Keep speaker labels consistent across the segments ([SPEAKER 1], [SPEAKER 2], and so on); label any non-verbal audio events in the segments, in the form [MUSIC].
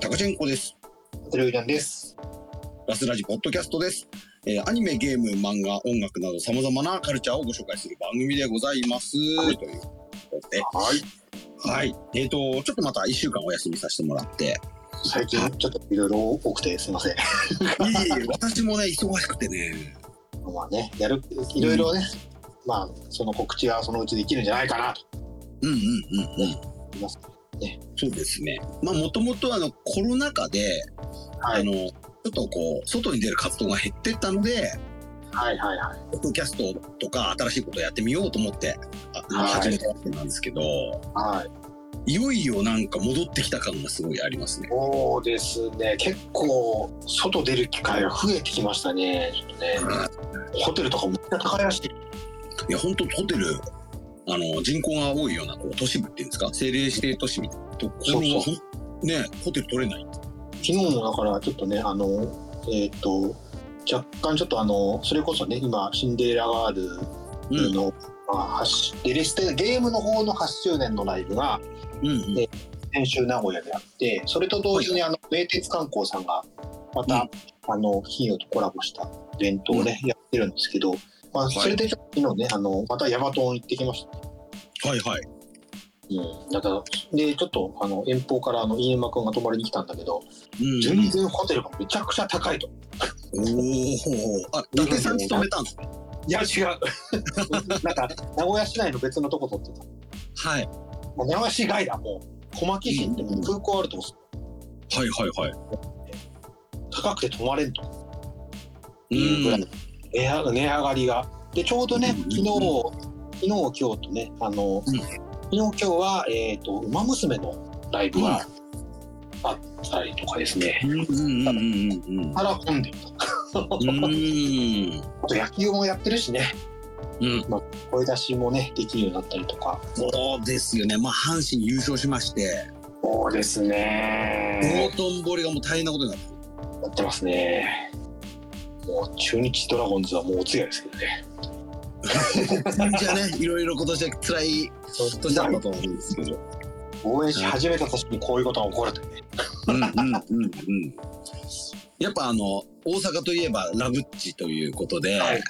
[SPEAKER 1] カチェンコです。
[SPEAKER 2] トレウジャンです。
[SPEAKER 1] ラスラジポッドキャストです。えーアニメ、ゲーム、漫画、音楽など様々なカルチャーをご紹介する番組でございます。
[SPEAKER 2] はい
[SPEAKER 1] ということで、
[SPEAKER 2] はい。
[SPEAKER 1] はい。えっ、と、ちょっとまた1週間お休みさせてもらって、
[SPEAKER 2] 最近ちょっといろいろ多くてすいません。
[SPEAKER 1] いえいえ、私もね、忙しくてね、
[SPEAKER 2] まあね、やる、いろいろね、まあ、その告知はそのうちできるんじゃないかなと
[SPEAKER 1] うんうんうんうん。
[SPEAKER 2] 思います。
[SPEAKER 1] そうですね。まあ、もともとあの、コロナ禍で、
[SPEAKER 2] はい
[SPEAKER 1] あの、ちょっとこう、外に出る活動が減ってったので、
[SPEAKER 2] はいはいはい。
[SPEAKER 1] ポッドキャストとか新しいことをやってみようと思って、あ
[SPEAKER 2] はい
[SPEAKER 1] 始めたわけなんですけど、
[SPEAKER 2] はい。
[SPEAKER 1] いよいよなんか戻ってきた感がすごいありますね。
[SPEAKER 2] そうですね、結構、外出る機会が増えてきましたね。ちょっとね、ホテルとかめっちゃ高いらしい。
[SPEAKER 1] いや、本当ホテル、あの、人口が多いような、こう、都市部っていうんですか、政令指定都市みたいなところは、
[SPEAKER 2] そ
[SPEAKER 1] ほんね、ホテル取れない。
[SPEAKER 2] 昨日もだからちょっとねあのえっ、と若干ちょっとあのそれこそね今シンデレラガールの、まあ発リリーステゲームの方の8周年のライブが
[SPEAKER 1] うん、うん。
[SPEAKER 2] で先週名古屋であってそれと同時にあの名鉄観光さんがまた、あの企業とコラボしたイベントをね、やってるんですけど、まあ、
[SPEAKER 1] い
[SPEAKER 2] それでちょっと昨日ねあのまたヤマトン行ってきました。
[SPEAKER 1] はいはい。
[SPEAKER 2] うん、だからでちょっとあの遠方からあの飯沼君が泊まりに来たんだけど
[SPEAKER 1] うん
[SPEAKER 2] 全然ホテルがめちゃくちゃ高いと。
[SPEAKER 1] おお。あ、伊達さん勤めたんですか
[SPEAKER 2] いや違う [LAUGHS] なんか名古屋市内の別のとこ撮ってた
[SPEAKER 1] はい。
[SPEAKER 2] もう名古屋市外だもう小牧市ってもう空港あるとこ
[SPEAKER 1] はいはいは
[SPEAKER 2] 高くて泊まれんと
[SPEAKER 1] い。
[SPEAKER 2] いうぐら
[SPEAKER 1] ん。
[SPEAKER 2] い値上値上がりがでちょうどね
[SPEAKER 1] うん
[SPEAKER 2] 昨日昨日今日とねあの、
[SPEAKER 1] うん
[SPEAKER 2] 昨日今日はえっ、と「ウマ娘」のライブがあったりとかですね、
[SPEAKER 1] うんうんうんうんうん。
[SPEAKER 2] あら混んでる
[SPEAKER 1] う
[SPEAKER 2] と
[SPEAKER 1] ん。
[SPEAKER 2] あと野球もやってるしね
[SPEAKER 1] うん。
[SPEAKER 2] 声出しもねできるようになったりとか
[SPEAKER 1] そうですよね。まあ、阪神優勝しまして、
[SPEAKER 2] そうですね
[SPEAKER 1] 道頓堀がもう大変なことになってる。
[SPEAKER 2] やってますね。もう中日ドラゴンズはもうお通夜ですけどね。
[SPEAKER 1] じゃあね、いろいろ今年は辛い年だったと思うんですけど。
[SPEAKER 2] 応援し始めた年にこういうことが起こるというね。
[SPEAKER 1] うんうんうんうん。やっぱあの、大阪といえばラブッチということで、
[SPEAKER 2] はい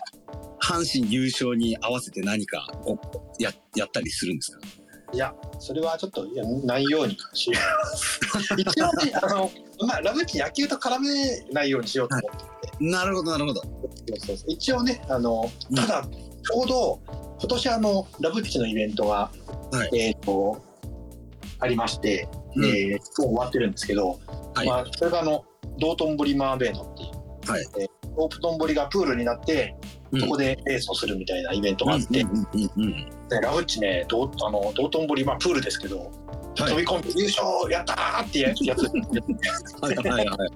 [SPEAKER 1] 阪神優勝に合わせて何かこうややったりするんですか
[SPEAKER 2] それはちょっといやないようにし
[SPEAKER 1] [LAUGHS]
[SPEAKER 2] よう一応ね、あの、まあ、ラブチ野球と絡めないようにしようと思って、
[SPEAKER 1] なるほどなるほど。
[SPEAKER 2] そうそう一応ね、あの、ただ、ちょうど、今年あの、ラブチのイベントが、
[SPEAKER 1] は
[SPEAKER 2] えっ、と、ありまして、
[SPEAKER 1] うん
[SPEAKER 2] えーもう終わってるんですけど、
[SPEAKER 1] はい
[SPEAKER 2] まあ、それがあの、道頓堀マーベイドっていう、
[SPEAKER 1] はい
[SPEAKER 2] えー道頓堀がプールになって、そこでレースをするみたいなイベントがあって、
[SPEAKER 1] うんうんうんうん
[SPEAKER 2] でラフッチね、どうあの道頓堀、まあ、プールですけど、
[SPEAKER 1] はい
[SPEAKER 2] 飛び込んで優勝やったーってや [LAUGHS] やつ、
[SPEAKER 1] はいはいはい。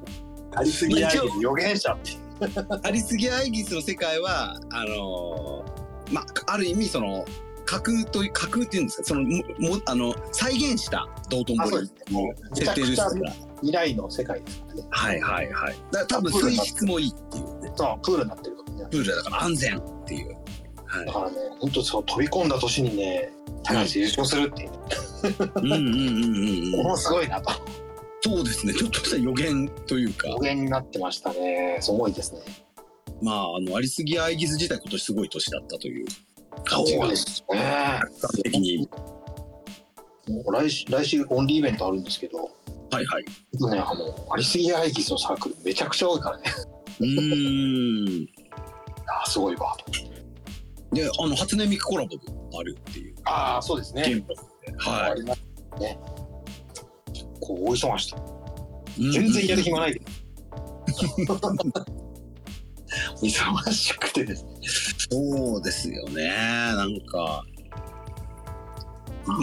[SPEAKER 2] ありすぎないけど、予言者っていう、
[SPEAKER 1] ありすぎ [LAUGHS] アイギスの世界は、あのーまあ、ある意味その、架空という、架空っていうんですか、その、も、もあの、再現した道頓
[SPEAKER 2] あそう
[SPEAKER 1] 堀
[SPEAKER 2] ですねもう
[SPEAKER 1] 設定ですか
[SPEAKER 2] めち
[SPEAKER 1] ら。
[SPEAKER 2] 未来の世界ですからね、
[SPEAKER 1] はいはいはい。だから多分水質もいいっていうね。
[SPEAKER 2] そうプールになってるからね、
[SPEAKER 1] プールだから安全っていう。はい
[SPEAKER 2] だ。からね、本当、そう飛び込んだ年にね、高橋優勝するっていう、
[SPEAKER 1] [LAUGHS] うんうんうんうんう
[SPEAKER 2] も
[SPEAKER 1] ん。
[SPEAKER 2] のすごいなと、
[SPEAKER 1] そうですね。ちょっとした予言というか
[SPEAKER 2] 予、言になってましたね、すごいですね。
[SPEAKER 1] まあ、あの、ありすぎアイギス自体今年すごい年だったという
[SPEAKER 2] そ
[SPEAKER 1] 感じが
[SPEAKER 2] うで、すね。
[SPEAKER 1] 的に。
[SPEAKER 2] もう来週来週オンリーイベントあるんですけど、
[SPEAKER 1] はいはい。
[SPEAKER 2] ね、あのありすぎアイギスのサークルめちゃくちゃ多いからね。
[SPEAKER 1] うーん。
[SPEAKER 2] あすごいわ。
[SPEAKER 1] で、あの、初音ミクコラボもあるっていう。
[SPEAKER 2] ああ、そうですね。
[SPEAKER 1] ゲームは
[SPEAKER 2] ありますね。こう、大忙しだ。
[SPEAKER 1] い。
[SPEAKER 2] 全然やる暇な
[SPEAKER 1] [LAUGHS]
[SPEAKER 2] いけど。忙しくてですね。
[SPEAKER 1] そうですよね。なんか、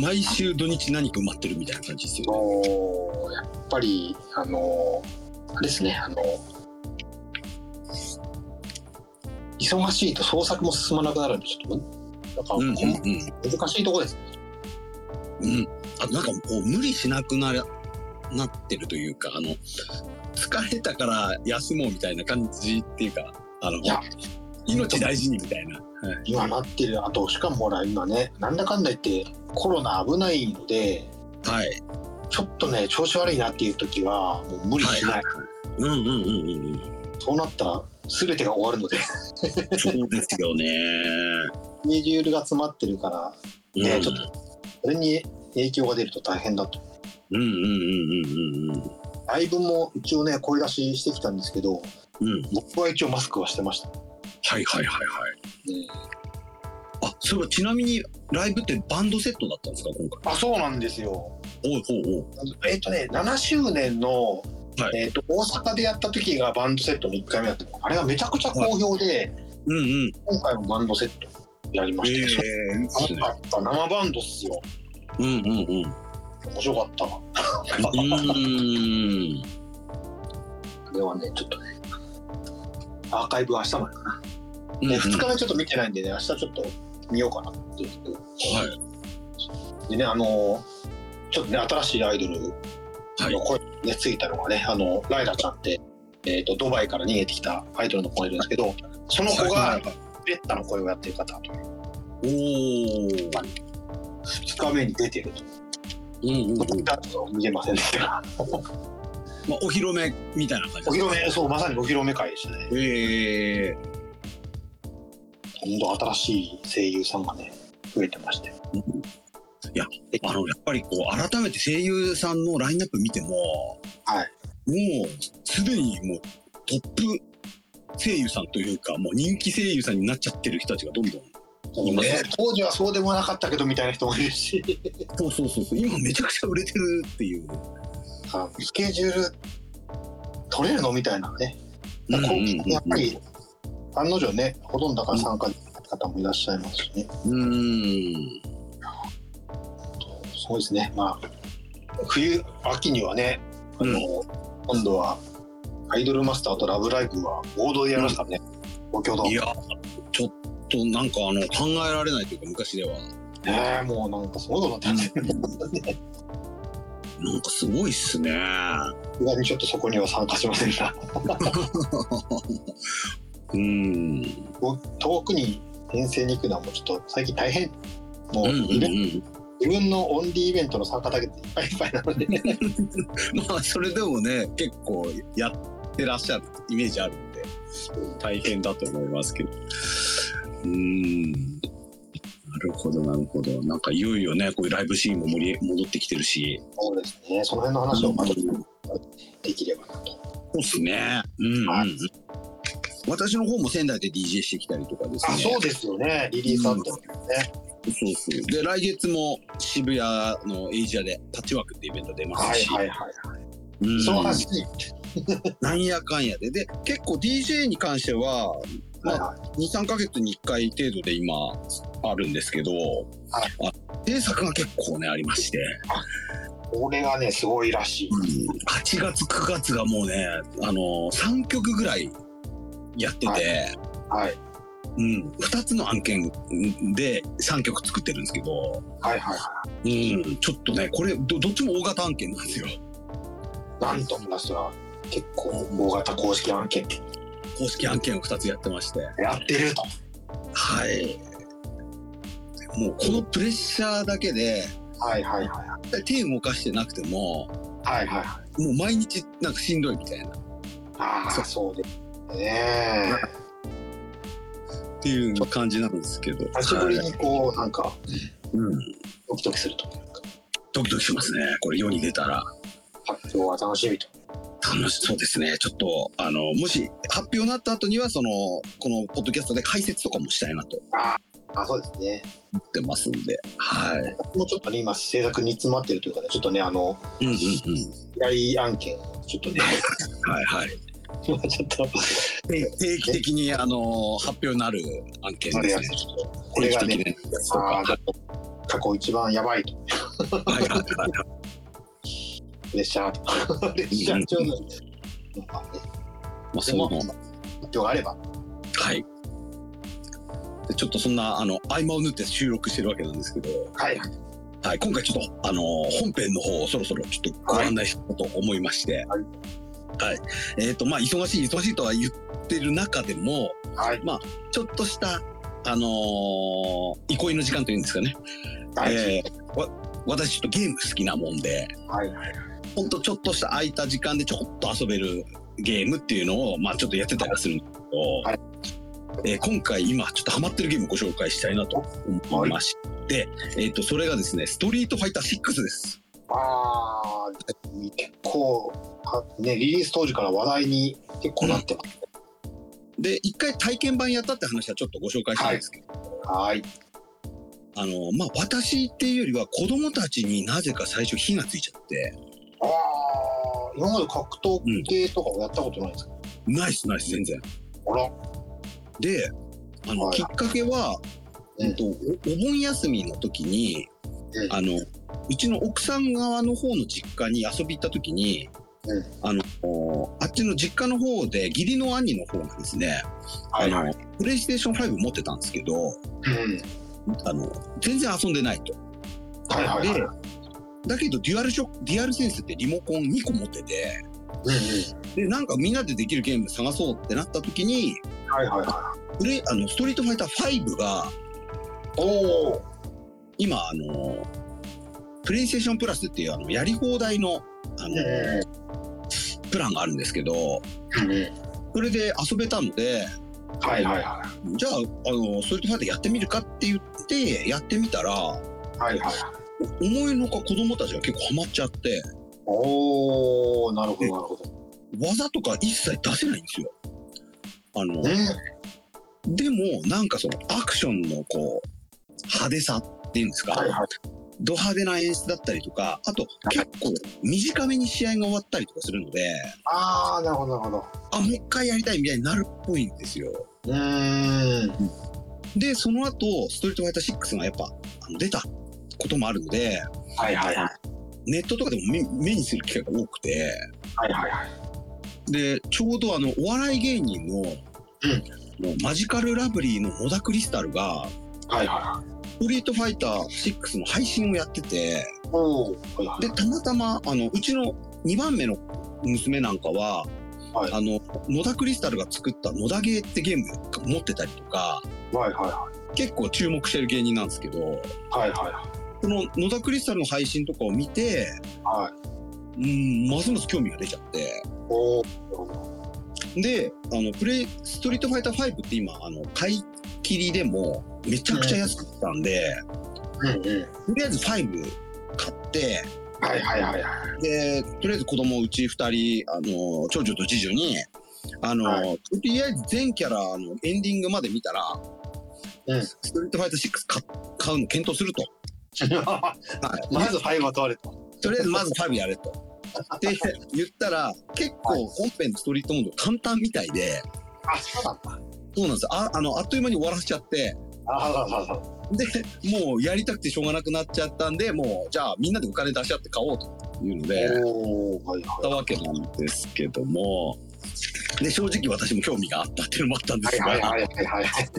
[SPEAKER 1] 毎週土日何か埋まってるみたいな感じですよね。
[SPEAKER 2] もうやっぱり、あのあれですね、あの忙しいと創作も進まなくなるんで、ちょっと、だから、
[SPEAKER 1] うんうん
[SPEAKER 2] ほんま
[SPEAKER 1] うん。
[SPEAKER 2] 難しいとこですね。
[SPEAKER 1] うん、あとなんかこう無理しなくなるなってるというかあの疲れたから休もうみたいな感じっていうかあの
[SPEAKER 2] いや
[SPEAKER 1] 命大事にみたいな、はい
[SPEAKER 2] 今なってる、あと、しかもほら、今ね、なんだかんだ言って、コロナ危ないので、
[SPEAKER 1] はい、
[SPEAKER 2] ちょっとね調子悪いなっていう時はもう無理しない、
[SPEAKER 1] はいうんうんうんうん
[SPEAKER 2] そうなったら全てが終わるので
[SPEAKER 1] うん。そうですよね。
[SPEAKER 2] メジュールが詰まってるから [LAUGHS] ね
[SPEAKER 1] うん
[SPEAKER 2] ちょっそれに影響が出ると大変だと
[SPEAKER 1] うんうんうんうんうん
[SPEAKER 2] ライブも一応ね声出ししてきたんですけど
[SPEAKER 1] うん。うん。
[SPEAKER 2] 僕は一応マスクはしてました、ね、
[SPEAKER 1] はいはいはいはい。あ、それはちなみにライブってバンドセットだったんですか今回。
[SPEAKER 2] あそうなんですよ
[SPEAKER 1] おうほうおう。
[SPEAKER 2] えっとね、7周年の、
[SPEAKER 1] はい
[SPEAKER 2] えっと大阪でやった時がバンドセットの1回目だったのあれがめちゃくちゃ好評で、
[SPEAKER 1] うんうん。
[SPEAKER 2] 今回もバンドセットやりま
[SPEAKER 1] ええ
[SPEAKER 2] して、
[SPEAKER 1] いいっす
[SPEAKER 2] そ
[SPEAKER 1] ね
[SPEAKER 2] うよかった生バンドっすよ
[SPEAKER 1] うんうんうん。
[SPEAKER 2] [LAUGHS] 面白かったわ
[SPEAKER 1] うーん。
[SPEAKER 2] これはねちょっとねアーカイブは明日まで、
[SPEAKER 1] うん
[SPEAKER 2] ね、2日目ちょっと見てないんでね明日ちょっと見ようかなっていう
[SPEAKER 1] は
[SPEAKER 2] でねあのーちょっとね新しいアイドルの声にねついたのがねあのライラちゃんって、えっとドバイから逃げてきたアイドルの子がいるんですけどその子が、
[SPEAKER 1] はい
[SPEAKER 2] ベッタの声をやってる方
[SPEAKER 1] おお。
[SPEAKER 2] 2日目に出てると、
[SPEAKER 1] うんうんうん。
[SPEAKER 2] だと見えませんでしたが
[SPEAKER 1] まあお披露目みたいな感じです
[SPEAKER 2] お披露
[SPEAKER 1] か。
[SPEAKER 2] 目そうまさにお披露目会でしたね
[SPEAKER 1] ええ
[SPEAKER 2] 本当新しい声優さんがね増えてまして
[SPEAKER 1] あのやっぱりこう改めて声優さんのラインナップ見ても、
[SPEAKER 2] は
[SPEAKER 1] もうすでにもうトップ声優さんというかもう人気声優さんになっちゃってる人たちがどんどん
[SPEAKER 2] もうね当時はそうでもなかったけどみたいな人もいるし
[SPEAKER 1] そうそうそうそう今めちゃくちゃ売れてるっていう、
[SPEAKER 2] あスケジュール取れるのみたいなね
[SPEAKER 1] うんうんうん
[SPEAKER 2] やっぱり案の定ねほとんどだから参加できない方もいらっしゃいますしね
[SPEAKER 1] うん
[SPEAKER 2] そうですねまあ冬秋にはねあの、今度はアイドルマスターとラブライブは合同でやりますからね、東京ドーム
[SPEAKER 1] いやちょっとなんかあの考えられないというか昔では
[SPEAKER 2] ねえもうなんかすごいこと
[SPEAKER 1] [LAUGHS]
[SPEAKER 2] になってるね。
[SPEAKER 1] なんかすごいっす [LAUGHS] ね
[SPEAKER 2] さすがにちょっとそこには参加しませんが、
[SPEAKER 1] うん
[SPEAKER 2] もう遠くに遠征に行くのはもうちょっと最近大変。も
[SPEAKER 1] う
[SPEAKER 2] う、
[SPEAKER 1] んうんう
[SPEAKER 2] イベン
[SPEAKER 1] ん
[SPEAKER 2] 自分のオンリーイベントの参加だけでいっぱいいっぱいな
[SPEAKER 1] [LAUGHS]
[SPEAKER 2] ので、
[SPEAKER 1] まあそれでもね結構やってらっしゃるイメージあるんで大変だと思いますけどうーんなるほどなるほどなんかいよいよねこういうライブシーンも盛り戻ってきてるし
[SPEAKER 2] そうですね、その辺の話をまたできればなと。
[SPEAKER 1] そうですねうんうん、
[SPEAKER 2] は
[SPEAKER 1] 私の方も仙台で DJ してきたりとかですね
[SPEAKER 2] あ、そうですよね、リリースアップね。
[SPEAKER 1] そうそうで来月も渋谷のエイジアでパッチワークってイベント出ま
[SPEAKER 2] は
[SPEAKER 1] す
[SPEAKER 2] い
[SPEAKER 1] し、
[SPEAKER 2] はいはい。
[SPEAKER 1] うん
[SPEAKER 2] その話に、
[SPEAKER 1] なんやかんやでで結構 DJ に関しては
[SPEAKER 2] はいは
[SPEAKER 1] 23ヶ月に1回程度で今あるんですけど、あ制作が結構ねありまして、
[SPEAKER 2] い、これがね、すごいらしい。
[SPEAKER 1] 8月9月がもうねあの3曲ぐらいやってて、
[SPEAKER 2] ははい
[SPEAKER 1] うん、2つの案件で3曲作ってるんですけど、
[SPEAKER 2] はいはいは
[SPEAKER 1] うん、ちょっとねこれどどっちも大型案件なんですよ
[SPEAKER 2] い。なんと、私は結構大型公式案件
[SPEAKER 1] 公式案件を2つやってまして
[SPEAKER 2] やってると。
[SPEAKER 1] はいもうこのプレッシャーだけで
[SPEAKER 2] はいはいはい
[SPEAKER 1] 手動かしてなくても
[SPEAKER 2] はいはい。
[SPEAKER 1] もう毎日なんかしんどいみたいな
[SPEAKER 2] あ
[SPEAKER 1] そ
[SPEAKER 2] あ、
[SPEAKER 1] う
[SPEAKER 2] そうですね。
[SPEAKER 1] っていう感じなんですけど。
[SPEAKER 2] 久しぶりにこう、なんか、
[SPEAKER 1] うん。
[SPEAKER 2] ドキドキするというか。
[SPEAKER 1] ドキドキしますね。これ世に出たら。
[SPEAKER 2] 発表は楽しみと。
[SPEAKER 1] 楽しそうですね。ちょっと、あの、もし発表になった後には、その、このポッドキャストで解説とかもしたいなと
[SPEAKER 2] あ、そうですね。
[SPEAKER 1] 思ってますんで。はい。
[SPEAKER 2] もうちょっとね、今制作に詰まってるというかね、ちょっとね、あの、
[SPEAKER 1] うんうんうん。
[SPEAKER 2] 依頼案件をちょっとね、 [LAUGHS]
[SPEAKER 1] はいはい。
[SPEAKER 2] 今ちょっと、
[SPEAKER 1] 定定期的に、あの、発表になる案件
[SPEAKER 2] あれ
[SPEAKER 1] で
[SPEAKER 2] [LAUGHS] や
[SPEAKER 1] すね
[SPEAKER 2] って。ちょっとこれが
[SPEAKER 1] 定期
[SPEAKER 2] ね、
[SPEAKER 1] 的なやつとか。
[SPEAKER 2] あ
[SPEAKER 1] は
[SPEAKER 2] あ、ちょっと過去一番やばいと。
[SPEAKER 1] いはいは
[SPEAKER 2] [LAUGHS]
[SPEAKER 1] いは
[SPEAKER 2] プレッシャーと。プレッシャーちょうど、なんかね、
[SPEAKER 1] い。まあ、そういうの。
[SPEAKER 2] 発表があれば、
[SPEAKER 1] はい。でちょっとそんな、あの、合間を縫って収録してるわけなんですけど。
[SPEAKER 2] はい。
[SPEAKER 1] はい、今回ちょっと、あのー本編の方をそろそろちょっとご案内しようと思いまして、は
[SPEAKER 2] はい
[SPEAKER 1] いえっ、と、まあ、忙しい、忙しいとは言ってる中でも、
[SPEAKER 2] はい。
[SPEAKER 1] ちょっとした、あのー憩いの時間というんですかね、
[SPEAKER 2] はい。
[SPEAKER 1] えーわ私ちょっとゲーム好きなもんで、
[SPEAKER 2] はいはい。
[SPEAKER 1] ほんとちょっとした空いた時間でちょこっと遊べるゲームっていうのを、まあちょっとやってたりはするんですけど、
[SPEAKER 2] はい
[SPEAKER 1] えー今回今ちょっとハマってるゲームをご紹介したいなと思いまして、えっ、と、それがですね、ストリートファイター6です。
[SPEAKER 2] ああ、結構、はね、リリース当時から話題に結構なってます。
[SPEAKER 1] で、一回体験版やったって話はちょっとご紹介したいんですけど、
[SPEAKER 2] はい。
[SPEAKER 1] あの、まあ私っていうよりは子供たちになぜか最初火がついちゃって、
[SPEAKER 2] ああ、今まで格闘系とかをやったことないですか、
[SPEAKER 1] ナイスナイス全然。
[SPEAKER 2] あら、
[SPEAKER 1] で、あの、
[SPEAKER 2] はい
[SPEAKER 1] きっかけは、
[SPEAKER 2] うん
[SPEAKER 1] えっと、おお盆休みの時に、
[SPEAKER 2] うん
[SPEAKER 1] あの、うちの奥さん側の方の実家に遊び行った時に、
[SPEAKER 2] うん
[SPEAKER 1] あの、おあっちの実家の方で、義理の兄の方がですね、
[SPEAKER 2] はい
[SPEAKER 1] あ
[SPEAKER 2] は
[SPEAKER 1] の
[SPEAKER 2] い。、
[SPEAKER 1] プレイステーション5持ってたんですけど、
[SPEAKER 2] うん。
[SPEAKER 1] あの、全然遊んでないと。
[SPEAKER 2] はいはいはい。
[SPEAKER 1] でだけど、デュアルショック、デュアルセンスってリモコン2個持ってて、
[SPEAKER 2] うん
[SPEAKER 1] で、なんかみんなでできるゲーム探そうってなった時に、
[SPEAKER 2] うん。はいはいは
[SPEAKER 1] プレイあの、ストリートファイター5が、
[SPEAKER 2] い。おお。
[SPEAKER 1] 今あのプレイステーションプラスっていうあのやり放題のあの、
[SPEAKER 2] え
[SPEAKER 1] プランがあるんですけど
[SPEAKER 2] え。
[SPEAKER 1] それで遊べたので
[SPEAKER 2] はいはいは
[SPEAKER 1] じゃああのそういうとこでやってみるかって言ってやってみたら思
[SPEAKER 2] い。はいはい。
[SPEAKER 1] いのほか子供たちが結構ハマっちゃって
[SPEAKER 2] おお、なるほどなるほど。
[SPEAKER 1] 技とか一切出せないんですよ。あの
[SPEAKER 2] ね。
[SPEAKER 1] でもなんかそのアクションのこう派手さっていうんですか、
[SPEAKER 2] はいはい。
[SPEAKER 1] ド派手な演出だったりとかあと結構短めに試合が終わったりとかするので。
[SPEAKER 2] ああ、なるほどなるほど。
[SPEAKER 1] あ、もう一回やりたいみたいになるっぽいんですよ。
[SPEAKER 2] うーん。
[SPEAKER 1] で、その後、ストリートファイター6がやっぱあの出たこともあるので、
[SPEAKER 2] はいはいはい。
[SPEAKER 1] ネットとかでも目目にする機会が多くて、
[SPEAKER 2] はいはいはい。
[SPEAKER 1] で、ちょうどあの、お笑い芸人の、のマジカルラブリーの野田クリスタルが、
[SPEAKER 2] はいはいはい。
[SPEAKER 1] ストリートファイター6の配信をやってて、
[SPEAKER 2] おお。はいはい
[SPEAKER 1] で、たまたま、あの、うちの2番目の娘なんかは、
[SPEAKER 2] はい
[SPEAKER 1] あの、野田クリスタルが作った野田ゲーってゲーム持ってたりとか、
[SPEAKER 2] はいは
[SPEAKER 1] 結構注目してる芸人なんですけど、
[SPEAKER 2] いはい。はいはいはい。
[SPEAKER 1] この野田クリスタルの配信とかを見て、
[SPEAKER 2] はい。
[SPEAKER 1] うん、ますます興味が出ちゃって。
[SPEAKER 2] おお。
[SPEAKER 1] で、あの、プレイ、ストリートファイター5って今、あの、買い切りでも、めちゃくちゃ安くったんで、
[SPEAKER 2] うんうん。
[SPEAKER 1] とりあえず5買って、
[SPEAKER 2] はいはいはいはい。
[SPEAKER 1] で、とりあえず子供うち2人、あの、長女と次女に、あの、
[SPEAKER 2] は
[SPEAKER 1] とりあえず全キャラのエンディングまで見たら、
[SPEAKER 2] うん
[SPEAKER 1] ストリートファイター6買買うの検討する
[SPEAKER 2] [LAUGHS]
[SPEAKER 1] と。はい
[SPEAKER 2] まずファイバー問われた。
[SPEAKER 1] とりあえずまずファブやれと。って言ったら、結構本編のストリートモード簡単みたいで、
[SPEAKER 2] あ、そうなんだ。
[SPEAKER 1] そうなんですああの、あっという間に終わらせちゃって、
[SPEAKER 2] あそうそうそう。
[SPEAKER 1] で、もうやりたくてしょうがなくなっちゃったんで、もう、じゃあみんなでお金出し合って買おうというので、やっ
[SPEAKER 2] おお。はいは
[SPEAKER 1] たわけなんですけども、で、正直私も興味があったっていうのもあったんで
[SPEAKER 2] い。
[SPEAKER 1] すが、
[SPEAKER 2] はいはいはいはいはい。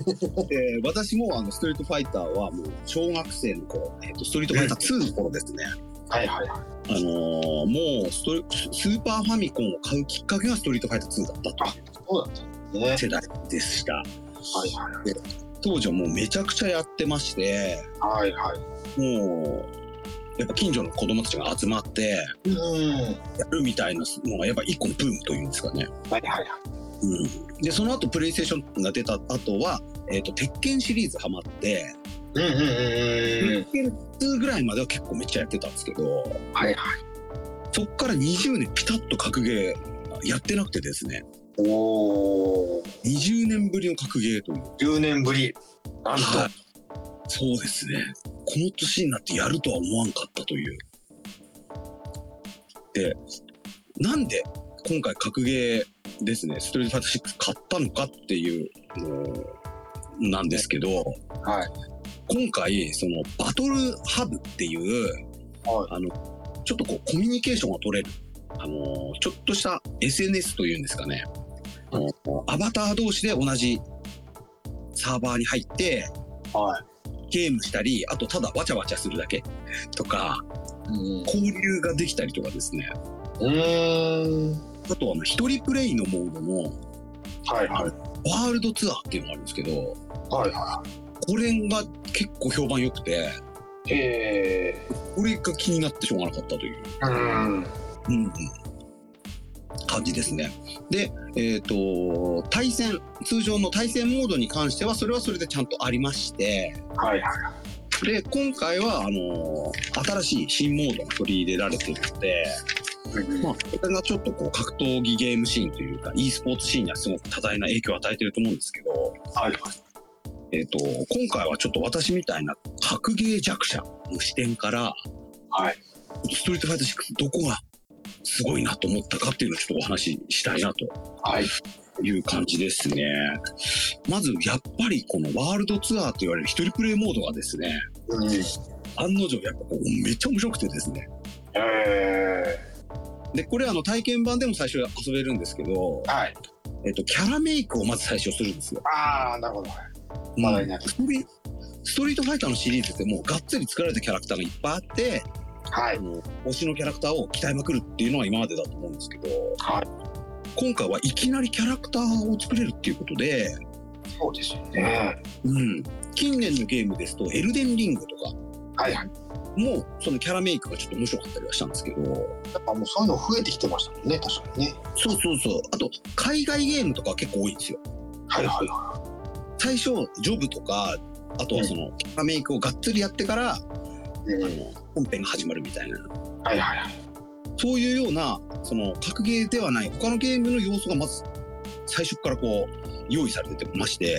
[SPEAKER 1] えー私もあのストリートファイターはもう小学生の頃、えーとストリートファイター2の頃ですね、
[SPEAKER 2] はいはいはい。
[SPEAKER 1] あのーもうストリスーパーファミコンを買うきっかけがストリートファイター2だったと。
[SPEAKER 2] そうなんですね。
[SPEAKER 1] 世代でした
[SPEAKER 2] はいはい
[SPEAKER 1] 当時はもうめちゃくちゃやってまして
[SPEAKER 2] はいはい。
[SPEAKER 1] もうやっぱ近所の子供たちが集まって
[SPEAKER 2] うん。は
[SPEAKER 1] やるみたいなのがやっぱ一個のブームというんですかね、
[SPEAKER 2] いはいはい。
[SPEAKER 1] うん、でその後プレイステーションが出た後は、えー、と鉄拳シリーズハマって、
[SPEAKER 2] うんうんうん
[SPEAKER 1] 鉄拳2ぐらいまでは結構めっちゃやってたんですけど
[SPEAKER 2] うん。はいはい。
[SPEAKER 1] そっから20年ピタッと格ゲーやってなくてですね
[SPEAKER 2] おお。
[SPEAKER 1] 20年ぶりの格ゲーという
[SPEAKER 2] 10年ぶり。なんと。
[SPEAKER 1] [LAUGHS] はいそうですね。この年になってやるとは思わんかったという。で、なんで今回格ゲーですね、ストリートファイター6買ったのかっていうのなんですけど、
[SPEAKER 2] はい。
[SPEAKER 1] 今回、そのバトルハブっていう、
[SPEAKER 2] はい
[SPEAKER 1] あの、ちょっとこうコミュニケーションが取れる、あの、ちょっとした SNS というんですかね、あのアバター同士で同じサーバーに入って、
[SPEAKER 2] はい。
[SPEAKER 1] ゲームしたり、あとただわちゃわちゃするだけとか、
[SPEAKER 2] うん。
[SPEAKER 1] 交流ができたりとかですね。
[SPEAKER 2] うん。
[SPEAKER 1] あとはあの一人プレイのモードの
[SPEAKER 2] はいはい。
[SPEAKER 1] ワールドツアーっていうのがあるんですけど、
[SPEAKER 2] はいは
[SPEAKER 1] これが結構評判良くて、
[SPEAKER 2] い。ええ。
[SPEAKER 1] これが気になってしょうがなかったという、
[SPEAKER 2] うん。
[SPEAKER 1] うんうん、感じですね。で、えっ、と、対戦、通常の対戦モードに関しては、それはそれでちゃんとありまして、
[SPEAKER 2] はいはい。
[SPEAKER 1] で、今回は、あの新しい新モードが取り入れられているので、まあ、これがちょっとこう格闘技ゲームシーンというか、e スポーツシーンにはすごく多大な影響を与えてると思うんですけど、
[SPEAKER 2] はいはい。
[SPEAKER 1] えっ、と、今回はちょっと私みたいな格ゲー弱者の視点から、
[SPEAKER 2] はい。
[SPEAKER 1] ストリートファイター6どこがすごいなと思ったかっていうのをちょっとお話ししたいなと
[SPEAKER 2] はい。
[SPEAKER 1] いう感じですね。まず、やっぱりこのワールドツアーと言われる一人プレイモードがですね、
[SPEAKER 2] うん。
[SPEAKER 1] 案の定やっぱこうめっちゃ面白くてですね。
[SPEAKER 2] え
[SPEAKER 1] で、これあの体験版でも最初遊べるんですけど、
[SPEAKER 2] ー、はい。
[SPEAKER 1] えっと、キャラメイクをまず最初するんですよ。
[SPEAKER 2] ああ、なるほど。まだいない。
[SPEAKER 1] ストリストリートファイターのシリーズってもうがっつり作られたキャラクターがいっぱいあって、
[SPEAKER 2] は
[SPEAKER 1] あ
[SPEAKER 2] い。
[SPEAKER 1] の推しのキャラクターを鍛えまくるっていうのは今までだと思うんですけど、
[SPEAKER 2] は
[SPEAKER 1] 今回はいきなりキャラクターを作れるっていうことで、
[SPEAKER 2] そうですよね。
[SPEAKER 1] うん、近年のゲームですとエルデンリングとか
[SPEAKER 2] はいはい。
[SPEAKER 1] もそのキャラメイクがちょっと面白かったりはしたんですけど
[SPEAKER 2] やっぱもうそういうの増えてきてましたもんね、確かにね。
[SPEAKER 1] そうそうそうあと海外ゲームとか結構多いんですよ
[SPEAKER 2] はいはいは
[SPEAKER 1] 最初ジョブとかあとはそのキャラメイクをがっつりやってから
[SPEAKER 2] い。う
[SPEAKER 1] あ
[SPEAKER 2] ん
[SPEAKER 1] の本編が始まるみたいな
[SPEAKER 2] はいはいはい。
[SPEAKER 1] そういうようなその格ゲーではない他のゲームの要素がまず最初からこう用意されてまして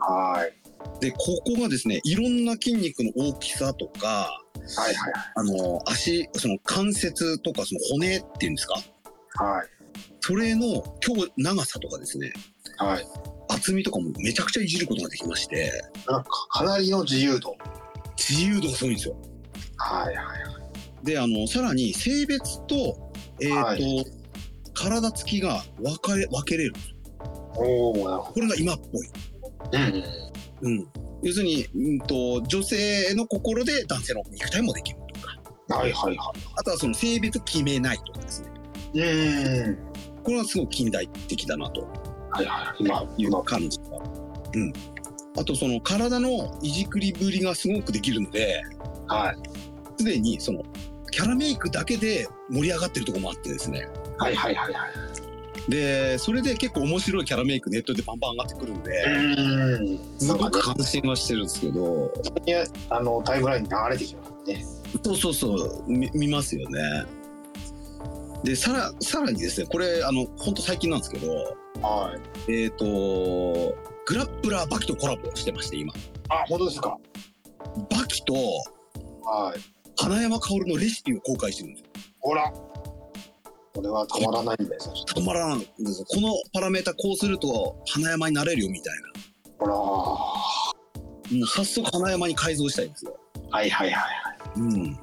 [SPEAKER 2] はい。
[SPEAKER 1] でここがですねいろんな筋肉の大きさとか
[SPEAKER 2] はいはい
[SPEAKER 1] あの足その関節とかその骨っていうんですか
[SPEAKER 2] はい。
[SPEAKER 1] それの今日長さとかですね
[SPEAKER 2] はい。
[SPEAKER 1] 厚みとかもめちゃくちゃいじることができまして
[SPEAKER 2] なんかかなりの自由度。
[SPEAKER 1] 自由度がすごいんですよ
[SPEAKER 2] はいはい。
[SPEAKER 1] であのさらに性別とえっ、と、
[SPEAKER 2] は
[SPEAKER 1] 体つきが分かれ分けれる
[SPEAKER 2] おお、なるほ
[SPEAKER 1] これが今っぽい、
[SPEAKER 2] ど。うん。
[SPEAKER 1] うん、要するに、うん、と女性の心で男性の肉体もできるとか
[SPEAKER 2] はいはいは
[SPEAKER 1] あとはその性別決めないとかですね
[SPEAKER 2] い。うん。
[SPEAKER 1] これはすごく近代的だなと
[SPEAKER 2] はいはい。今、
[SPEAKER 1] い
[SPEAKER 2] 今
[SPEAKER 1] う。感じが、うん、あとその体のいじくりぶりがすごくできるので
[SPEAKER 2] はい。
[SPEAKER 1] すでにそのキャラメイクだけで盛り上がってるところもあってですね
[SPEAKER 2] はいはいはいはい。
[SPEAKER 1] でそれで結構面白いキャラメイクネットでバンバン上がってくるんで
[SPEAKER 2] うん。
[SPEAKER 1] す
[SPEAKER 2] なん
[SPEAKER 1] ご
[SPEAKER 2] か
[SPEAKER 1] く
[SPEAKER 2] ね、
[SPEAKER 1] 関心はしてるんですけど
[SPEAKER 2] あの、タイムラインに流れてきますね。
[SPEAKER 1] そうそうそう見見ますよねでさらさらにですねこれあの本当最近なんですけど
[SPEAKER 2] はい。
[SPEAKER 1] えっ、とグラップラーバキとコラボしてまして今
[SPEAKER 2] あ、本当ですか。
[SPEAKER 1] バキと
[SPEAKER 2] はい。
[SPEAKER 1] 花山薫のレシピを公開してるんですよ
[SPEAKER 2] ほら。これはたまらないんですよ。
[SPEAKER 1] 止まらんですよこのパラメータこうすると花山になれるよみたい
[SPEAKER 2] ほら。は
[SPEAKER 1] なもう早速花山に改造したいんですよ
[SPEAKER 2] いはいはい。
[SPEAKER 1] うんで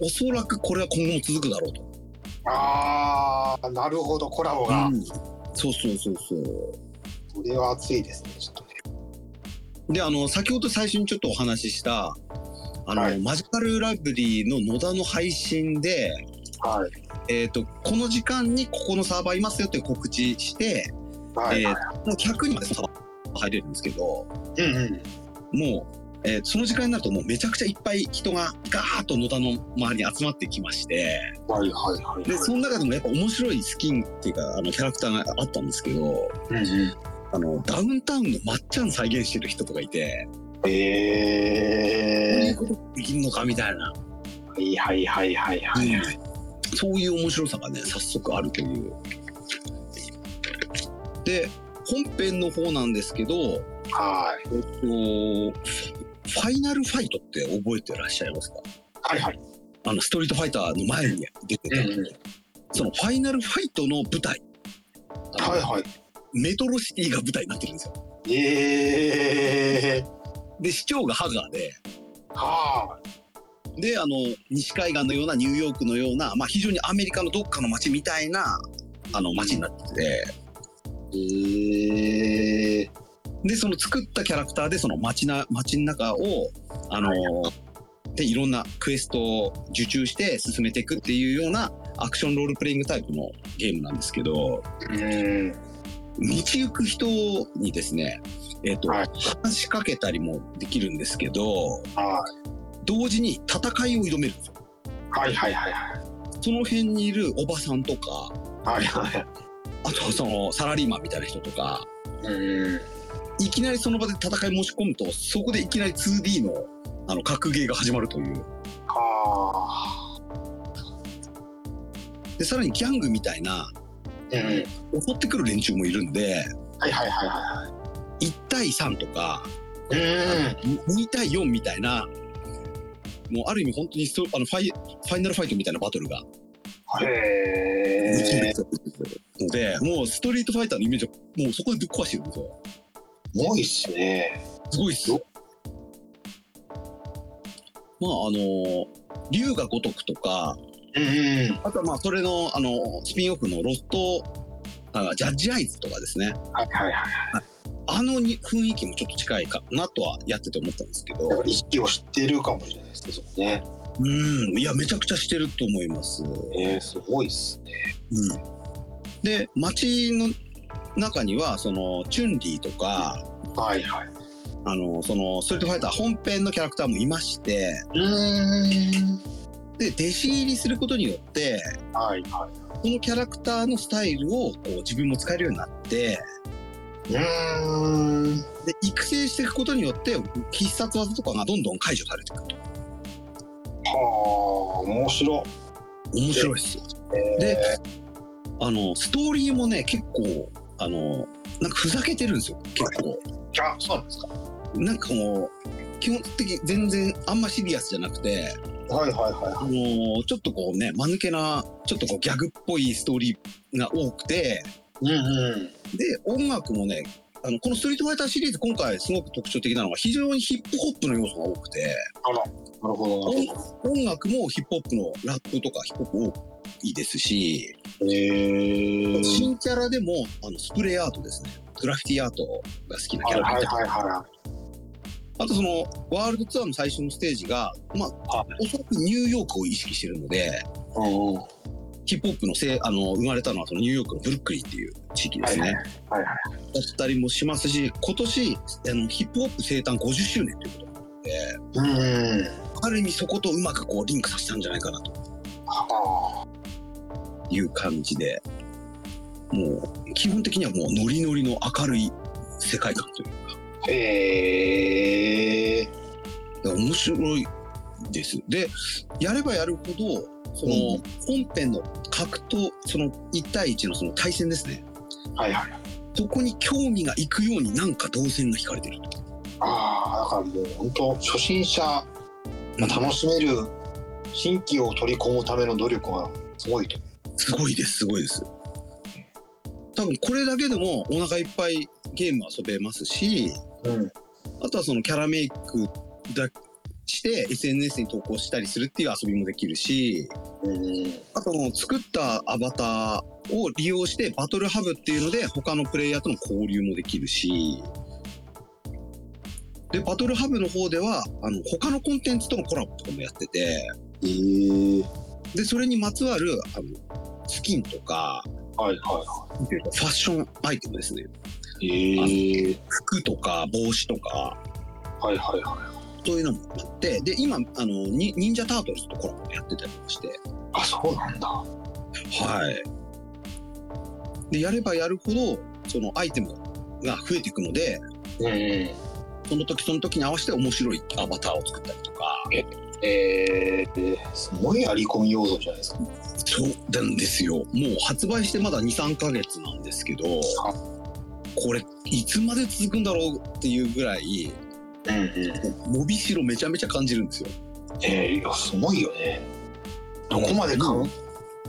[SPEAKER 1] おそらくこれは今後も続くだろうと、
[SPEAKER 2] ああ、なるほど、コラボが。
[SPEAKER 1] うんそうそうそうそう
[SPEAKER 2] これは熱いですね。ちょっとね。
[SPEAKER 1] であの先ほど最初にちょっとお話ししたあの、
[SPEAKER 2] はい
[SPEAKER 1] マジカルラブリーの野田の配信で、
[SPEAKER 2] はい。
[SPEAKER 1] えー、とこの時間にここのサーバーいますよって告知して、
[SPEAKER 2] はい。
[SPEAKER 1] えーもう100人までサーバー入れるんですけど
[SPEAKER 2] うんうん。
[SPEAKER 1] もう、えーその時間になるともうめちゃくちゃいっぱい人がガーッと野田の周りに集まってきまして
[SPEAKER 2] はいはいはい。
[SPEAKER 1] でその中でもやっぱ面白いスキンっていうかあのキャラクターがあったんですけど
[SPEAKER 2] うんうん。
[SPEAKER 1] あのダウンタウンのまっちゃん再現してる人とかいて、
[SPEAKER 2] ええ
[SPEAKER 1] こういうことできるのかみたいな、
[SPEAKER 2] ー。はいはいはいはいはい。
[SPEAKER 1] そういう面白さがね早速あるという。で本編の方なんですけど
[SPEAKER 2] はい。
[SPEAKER 1] えっと、ファイナルファイトって覚えてらっしゃいますか
[SPEAKER 2] はいはい。
[SPEAKER 1] あの、ストリートファイターの前に出てた、
[SPEAKER 2] うんうん
[SPEAKER 1] そのファイナルファイトの舞台。あの
[SPEAKER 2] はいはい。
[SPEAKER 1] メトロシティが舞台になってるんですよ。
[SPEAKER 2] ええ
[SPEAKER 1] で、市長がハガーで、
[SPEAKER 2] ー。は
[SPEAKER 1] で、あの、西海岸のようなニューヨークのような、まあ、非常にアメリカのどっかの街みたいな、あの、街になってて、
[SPEAKER 2] い。ええー。
[SPEAKER 1] で、その作ったキャラクターで、その街な、街の中を、あの、で、いろんなクエストを受注して進めていくっていうようなアクションロールプレイングタイプのゲームなんですけど、
[SPEAKER 2] うん。
[SPEAKER 1] 道行く人にですね、えっ、と、
[SPEAKER 2] はい
[SPEAKER 1] 話しかけたりもできるんですけど、
[SPEAKER 2] は
[SPEAKER 1] 同時に戦いを挑めるんですよ
[SPEAKER 2] はいはいはいはい
[SPEAKER 1] その辺にいるおばさんとか
[SPEAKER 2] はいはい
[SPEAKER 1] あとそのサラリーマンみたいな人とか
[SPEAKER 2] うん
[SPEAKER 1] いきなりその場で戦い持ち込むとそこでいきなり 2D のあの格ゲーが始まるという
[SPEAKER 2] あ
[SPEAKER 1] でさらにギャングみたいな
[SPEAKER 2] ーうん
[SPEAKER 1] 襲ってくる連中もいるんで
[SPEAKER 2] はいはいはいは
[SPEAKER 1] 1対3とか
[SPEAKER 2] いはい
[SPEAKER 1] 2対4みたいなもうある意味本当にストあのファイファイナルファイトみたいなバトルが
[SPEAKER 2] うんへ
[SPEAKER 1] でき
[SPEAKER 2] え
[SPEAKER 1] るので、もうストリートファイターのイメージをもうそこでぶっ壊してるんですよ
[SPEAKER 2] すごいっすね
[SPEAKER 1] すごいっすよまああの龍が如くとか
[SPEAKER 2] うんうん
[SPEAKER 1] あとはまあそれのあのスピンオフのロストあジャッジアイズとかですね
[SPEAKER 2] はいはいはい
[SPEAKER 1] あのに雰囲気もちょっと近いかなとはやってて思ったんですけど
[SPEAKER 2] だから意識を知ってるかもしれないですねそこね
[SPEAKER 1] うんいやめちゃくちゃしてると思います、
[SPEAKER 2] えー、すごいっすね
[SPEAKER 1] うん、で街の中にはそのチュンリーとか
[SPEAKER 2] はいはい
[SPEAKER 1] あのそのストリートファイター本編のキャラクターもいまして
[SPEAKER 2] うん
[SPEAKER 1] で弟子入りすることによって
[SPEAKER 2] はいは
[SPEAKER 1] そのキャラクターのスタイルをこう自分も使えるようになって
[SPEAKER 2] いうん
[SPEAKER 1] で育成していくことによって必殺技とかがどんどん解除されていくと
[SPEAKER 2] はあ面白
[SPEAKER 1] 面白いですよ
[SPEAKER 2] い
[SPEAKER 1] であのストーリーもね結構あのなんかふざけてるんですよ結構
[SPEAKER 2] あそうなんですか
[SPEAKER 1] なんかもう基本的に全然あんまシリアスじゃなくて
[SPEAKER 2] はいはいはい
[SPEAKER 1] あのちょっとこうね間抜けなちょっとこうギャグっぽいストーリーが多くて
[SPEAKER 2] うんうん
[SPEAKER 1] で音楽もねあのこの「ストリートファイター」シリーズ今回すごく特徴的なのが非常にヒップホップの要素が多くて
[SPEAKER 2] あらなるほどなるほ
[SPEAKER 1] 音楽もヒップホップのラップとかヒップホップ多いですし、
[SPEAKER 2] どへえ
[SPEAKER 1] 新キャラでもあのスプレーアートですねグラフィティアートが好きなキャラ
[SPEAKER 2] はい
[SPEAKER 1] がい
[SPEAKER 2] は
[SPEAKER 1] て
[SPEAKER 2] いはいは
[SPEAKER 1] あとそのワールドツアーの最初のステージが、まあ、おそらくニューヨークを意識してるので
[SPEAKER 2] いうんうん
[SPEAKER 1] ヒップホップのせいあの生まれたのはそのニューヨークのブルックリンっていう地域ですね、
[SPEAKER 2] はいはいは
[SPEAKER 1] だったりもしますし今年あのヒップホップ生誕50周年ということ
[SPEAKER 2] うんうん
[SPEAKER 1] ある意味そことうまくこうリンクさせたんじゃないかなと
[SPEAKER 2] は
[SPEAKER 1] いう感じでもう基本的にはもうノリノリの明るい世界観という
[SPEAKER 2] あへえ
[SPEAKER 1] いや面白いです。でやればやるほどその、
[SPEAKER 2] うん
[SPEAKER 1] 本編の格闘その1対1のその対戦ですね
[SPEAKER 2] はいはい
[SPEAKER 1] そこに興味がいくようになんか動線が引かれてる。
[SPEAKER 2] ああだからもう本当初心者が
[SPEAKER 1] まあ
[SPEAKER 2] 楽しめる新規を取り込むための努力がすごいと
[SPEAKER 1] すごいですすごいです。多分これだけでもお腹いっぱいゲーム遊べますし
[SPEAKER 2] うん
[SPEAKER 1] あとはそのキャラメイクだして SNS に投稿したりするっていう遊びもできるし
[SPEAKER 2] うん
[SPEAKER 1] あともう作ったアバターを利用してバトルハブっていうので他のプレイヤーとの交流もできるし、で、バトルハブの方では、あの、他のコンテンツとのコラボとかもやってて、
[SPEAKER 2] えー、
[SPEAKER 1] で、それにまつわる、あの、スキンとか、
[SPEAKER 2] はいは
[SPEAKER 1] ファッションアイテムですね。
[SPEAKER 2] いはいえー、
[SPEAKER 1] 服とか帽子とか、
[SPEAKER 2] はいはいはい
[SPEAKER 1] そういうのもあって、で、今、あの、に忍者タートルズとコラボもやってたりもして、
[SPEAKER 2] あそうなんだ
[SPEAKER 1] はい。で、やればやるほど、そのアイテムが増えていくので、
[SPEAKER 2] うんえ
[SPEAKER 1] その時その時に合わせて面白いアバターを作ったりとか。
[SPEAKER 2] ー、すごいやり込み要素じゃないですか
[SPEAKER 1] そうなんですよ。もう発売してまだ2、3ヶ月なんですけど、これいつまで続くんだろうっていうぐらい、
[SPEAKER 2] うんうん
[SPEAKER 1] 伸びしろめちゃめちゃ感じるんですよ。
[SPEAKER 2] えー、いやすごいよねどこまで感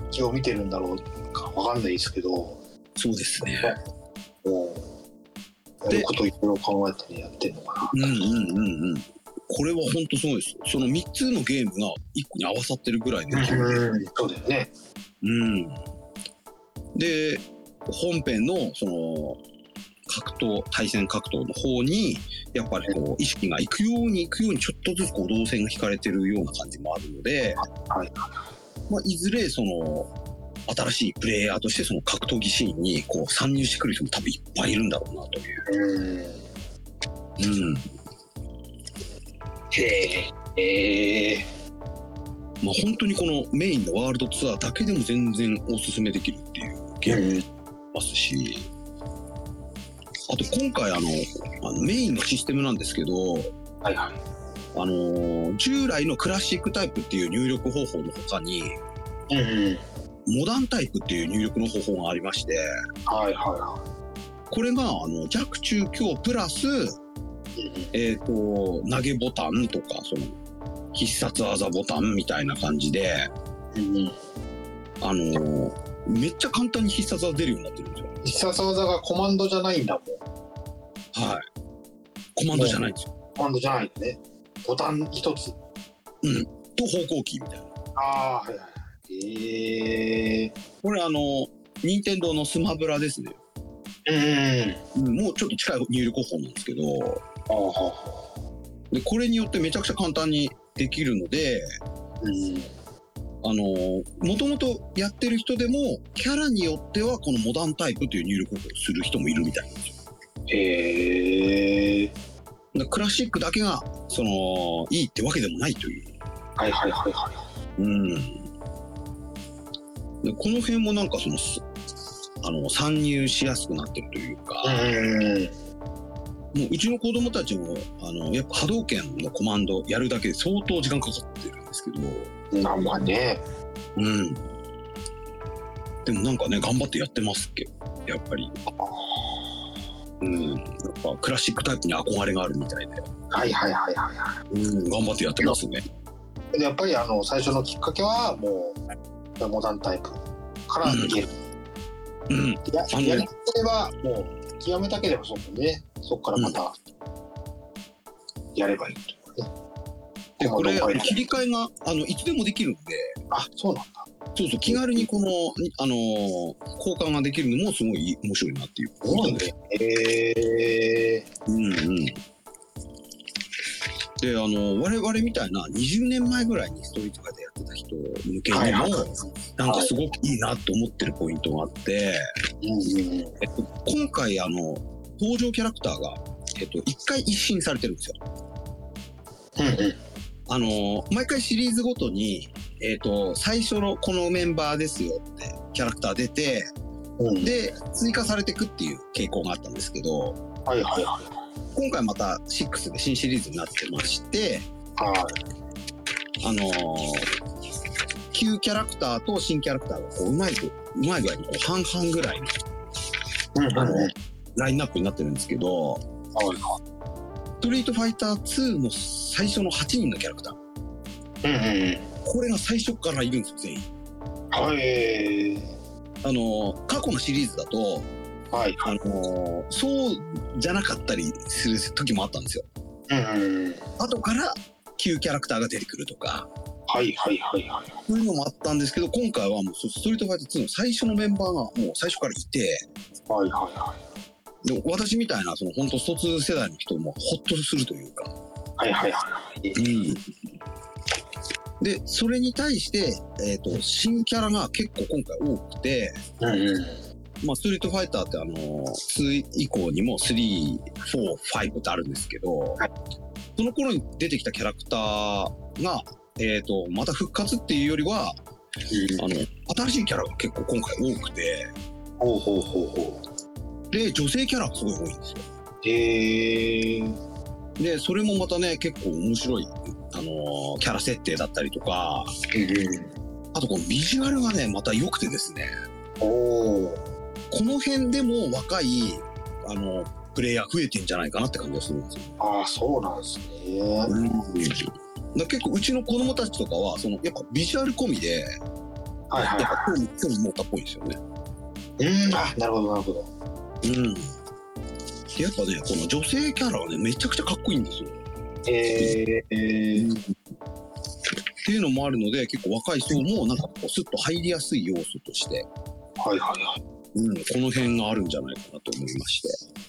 [SPEAKER 2] じを見てるんだろうかわかんないですけども
[SPEAKER 1] そうですね。
[SPEAKER 2] うやることいろいろ考えてねやってんのか
[SPEAKER 1] うんうんうんうん。これは本当そうですよ。その3つのゲームが1個に合わさってるぐらいの
[SPEAKER 2] な
[SPEAKER 1] 勢いで
[SPEAKER 2] んそうだよね
[SPEAKER 1] うん、で本編のその格闘対戦格闘の方にやっぱりこう意識がいくようにいくようにちょっとずつこう動線が引かれてるような感じもあるので、
[SPEAKER 2] はい
[SPEAKER 1] まあ、いずれその新しいプレイヤーとしてその格闘技シーンにこう参入してくる人も多分いっぱいいるんだろうなという。
[SPEAKER 2] うん
[SPEAKER 1] うん
[SPEAKER 2] へええ
[SPEAKER 1] まあ、本当にこのメインのワールドツアーだけでも全然おすすめできるっていうゲーム
[SPEAKER 2] ー、
[SPEAKER 1] ますし、あと今回あの、あのメインのシステムなんですけど、
[SPEAKER 2] はいはい。
[SPEAKER 1] あのー従来のクラシックタイプっていう入力方法の他に、
[SPEAKER 2] うんうん、
[SPEAKER 1] モダンタイプっていう入力の方法がありまして、
[SPEAKER 2] はいはいは
[SPEAKER 1] これがあの弱中強プラス、
[SPEAKER 2] い。うんうん
[SPEAKER 1] えっ、と、投げボタンとか、その、必殺技ボタンみたいな感じで、
[SPEAKER 2] うんうん
[SPEAKER 1] あのーめっちゃ簡単に必殺技出るようになってるんですよ。
[SPEAKER 2] 必殺技がコマンドじゃないんだもん。
[SPEAKER 1] はい。コマンドじゃないんですよ。
[SPEAKER 2] コマンドじゃないんだね。ボタン一つ。
[SPEAKER 1] と方向キーみたいな。
[SPEAKER 2] ああ、はいはい。ええ
[SPEAKER 1] これあの、任天堂のスマブラですね。
[SPEAKER 2] うんうん。
[SPEAKER 1] うんもうちょっと近い入力方法なんですけど、
[SPEAKER 2] ああ、は
[SPEAKER 1] で、これによってめちゃくちゃ簡単にできるので、
[SPEAKER 2] あ。うん。
[SPEAKER 1] あの、もともとやってる人でも、キャラによってはこのモダンタイプという入力方法をする人もいるみたいなんですよ。
[SPEAKER 2] ええ
[SPEAKER 1] だからクラシックだけが、その、いいってわけでもないという。
[SPEAKER 2] はいはいはいは
[SPEAKER 1] うん。でこの辺もなんかその、すあの、参入しやすくなってるというか、
[SPEAKER 2] い。うんうん。
[SPEAKER 1] もううちの子供たちも、あの、やっぱ波動拳のコマンドやるだけで相当時間かかってるんですけど、
[SPEAKER 2] まあまあね。
[SPEAKER 1] うん。でもなんかね、頑張ってやってますっけやっぱり。うん。やっぱクラシックタイプに憧れがあるみたいで、
[SPEAKER 2] はいはいはいはいは
[SPEAKER 1] うん、頑張ってやってますね。
[SPEAKER 2] い。でやっぱりあの最初のきっかけはもうモダンタイプからいける。
[SPEAKER 1] うん。
[SPEAKER 2] や
[SPEAKER 1] あのね
[SPEAKER 2] やりたければもう極めたければそうだね。そこからまたやればいいというかね。でも
[SPEAKER 1] これ
[SPEAKER 2] どっかに、
[SPEAKER 1] 切り替えが、あの、いつでもできるんで、
[SPEAKER 2] あそうなんだ。
[SPEAKER 1] そうそう、気軽にこの、あのー交換ができるのもすごい面白いなっていう。
[SPEAKER 2] すごいね。え
[SPEAKER 1] うんうん。で、あの、我々みたいな20年前ぐらいにストリートカーでやってた人向け
[SPEAKER 2] ー、は
[SPEAKER 1] に
[SPEAKER 2] い
[SPEAKER 1] も
[SPEAKER 2] はい、。
[SPEAKER 1] なんかすごくいいなと思ってるポイントがあって、
[SPEAKER 2] うんうんうん
[SPEAKER 1] えっと、今回あの、登場キャラクターが、えっと、一回一新されてるんですよ。
[SPEAKER 2] うんうん
[SPEAKER 1] あの、毎回シリーズごとに、えっと、最初のこのメンバーですよってキャラクター出て、
[SPEAKER 2] うん
[SPEAKER 1] で、追加されていくっていう傾向があったんですけど、
[SPEAKER 2] はいはいは
[SPEAKER 1] 今回また6で新シリーズになってまして、
[SPEAKER 2] い。は
[SPEAKER 1] あのー、旧キャラクターと新キャラクターがこう、うまい具うまい具合にこう半々ぐらいの
[SPEAKER 2] い。うんうんうん。はい
[SPEAKER 1] ラインナップになってるんですけど、ストリートファイター2の最初の8人のキャラクター、
[SPEAKER 2] はい。うんうんうん。
[SPEAKER 1] これが最初からいるんですよ、全員。
[SPEAKER 2] はい。
[SPEAKER 1] あのー、過去のシリーズだと、
[SPEAKER 2] はい
[SPEAKER 1] あのー、そうじゃなかったりする時もあったんですよ。
[SPEAKER 2] うんうんうん。
[SPEAKER 1] 後から旧キャラクターが出てくるとか、
[SPEAKER 2] はいはいはいはい。
[SPEAKER 1] そういうのもあったんですけど、今回はもうそうストリートファイター2の最初のメンバーがもう最初からいて、
[SPEAKER 2] はいはいは
[SPEAKER 1] で私みたいな、その本当、疎通世代の人もほっとするというか、
[SPEAKER 2] い。はいはいはい。
[SPEAKER 1] で、それに対して、えっ、と、新キャラが結構今回多くて、
[SPEAKER 2] うんうん。
[SPEAKER 1] まあ、ストリートファイターってあの、2以降にも3、4、5ってあるんですけど、
[SPEAKER 2] はい
[SPEAKER 1] その頃に出てきたキャラクターが、えっ、と、また復活っていうよりは、あの、新しいキャラが結構今回多くて、
[SPEAKER 2] ほうほうほうほ
[SPEAKER 1] で、女性キャラがすごい多いんですよ。
[SPEAKER 2] う。へえ。
[SPEAKER 1] で、それもまたね、結構面白い、あのーキャラ設定だったりとか、あとこのビジュアルがね、また良くてですね、
[SPEAKER 2] おお。
[SPEAKER 1] この辺でも若い、あのプレイヤー増えてんじゃないかなって感じがするんですよ。
[SPEAKER 2] ああ、そうなんですね。
[SPEAKER 1] だ結構うちの子供たちとかは、その、やっぱビジュアル込みで、
[SPEAKER 2] はいはい
[SPEAKER 1] やっぱ
[SPEAKER 2] は
[SPEAKER 1] 興味、興味持ったっぽいんですよね。
[SPEAKER 2] い。うん、あ、なるほどなるほど。
[SPEAKER 1] うん。でやっぱね、この女性キャラはね、めちゃくちゃかっこいいんですよ。
[SPEAKER 2] ええ。
[SPEAKER 1] っていうのもあるので、結構若い層もなんかこう、スッと入りやすい要素として、
[SPEAKER 2] はいはいはい。
[SPEAKER 1] うん、この辺があるんじゃないかなと思いまして。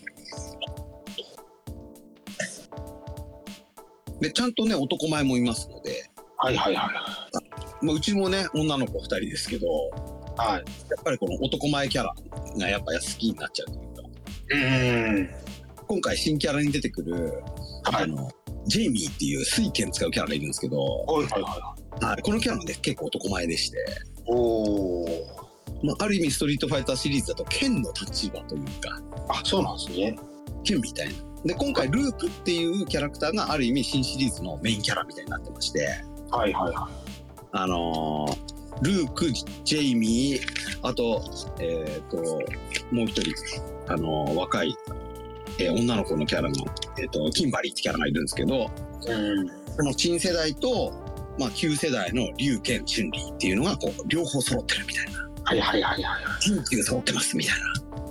[SPEAKER 1] で、ちゃんとね、男前もいますので、
[SPEAKER 2] はいはいは
[SPEAKER 1] まあ、うちもね、女の子2人ですけど、
[SPEAKER 2] い。はい。
[SPEAKER 1] やっぱりこの男前キャラがやっぱ好きになっちゃうというか、
[SPEAKER 2] うん。
[SPEAKER 1] 今回新キャラに出てくる、
[SPEAKER 2] は
[SPEAKER 1] あ
[SPEAKER 2] い。
[SPEAKER 1] の、ジェイミーっていう水剣使うキャラがいるんですけど、
[SPEAKER 2] はいはいは
[SPEAKER 1] はい、このキャラもね、結構男前でして、
[SPEAKER 2] い。おお。
[SPEAKER 1] まあ、ある意味ストリートファイターシリーズだと剣の立場というか、
[SPEAKER 2] あ、そうなんですね。
[SPEAKER 1] 剣みたいな。で、今回ループっていうキャラクターがある意味新シリーズのメインキャラみたいになってまして、
[SPEAKER 2] はいはいは
[SPEAKER 1] あのールーク、ジェイミー、あと、えっ、と、もう一人、あのー若い、えー女の子のキャラの、えっ、と、キンバリーってキャラがいるんですけど、
[SPEAKER 2] い。うん。
[SPEAKER 1] この新世代と、まあ、旧世代の竜剣、春里っていうのが、こう、両方揃ってるみたいな。
[SPEAKER 2] はいはいはいはい。
[SPEAKER 1] 天竜揃ってますみたい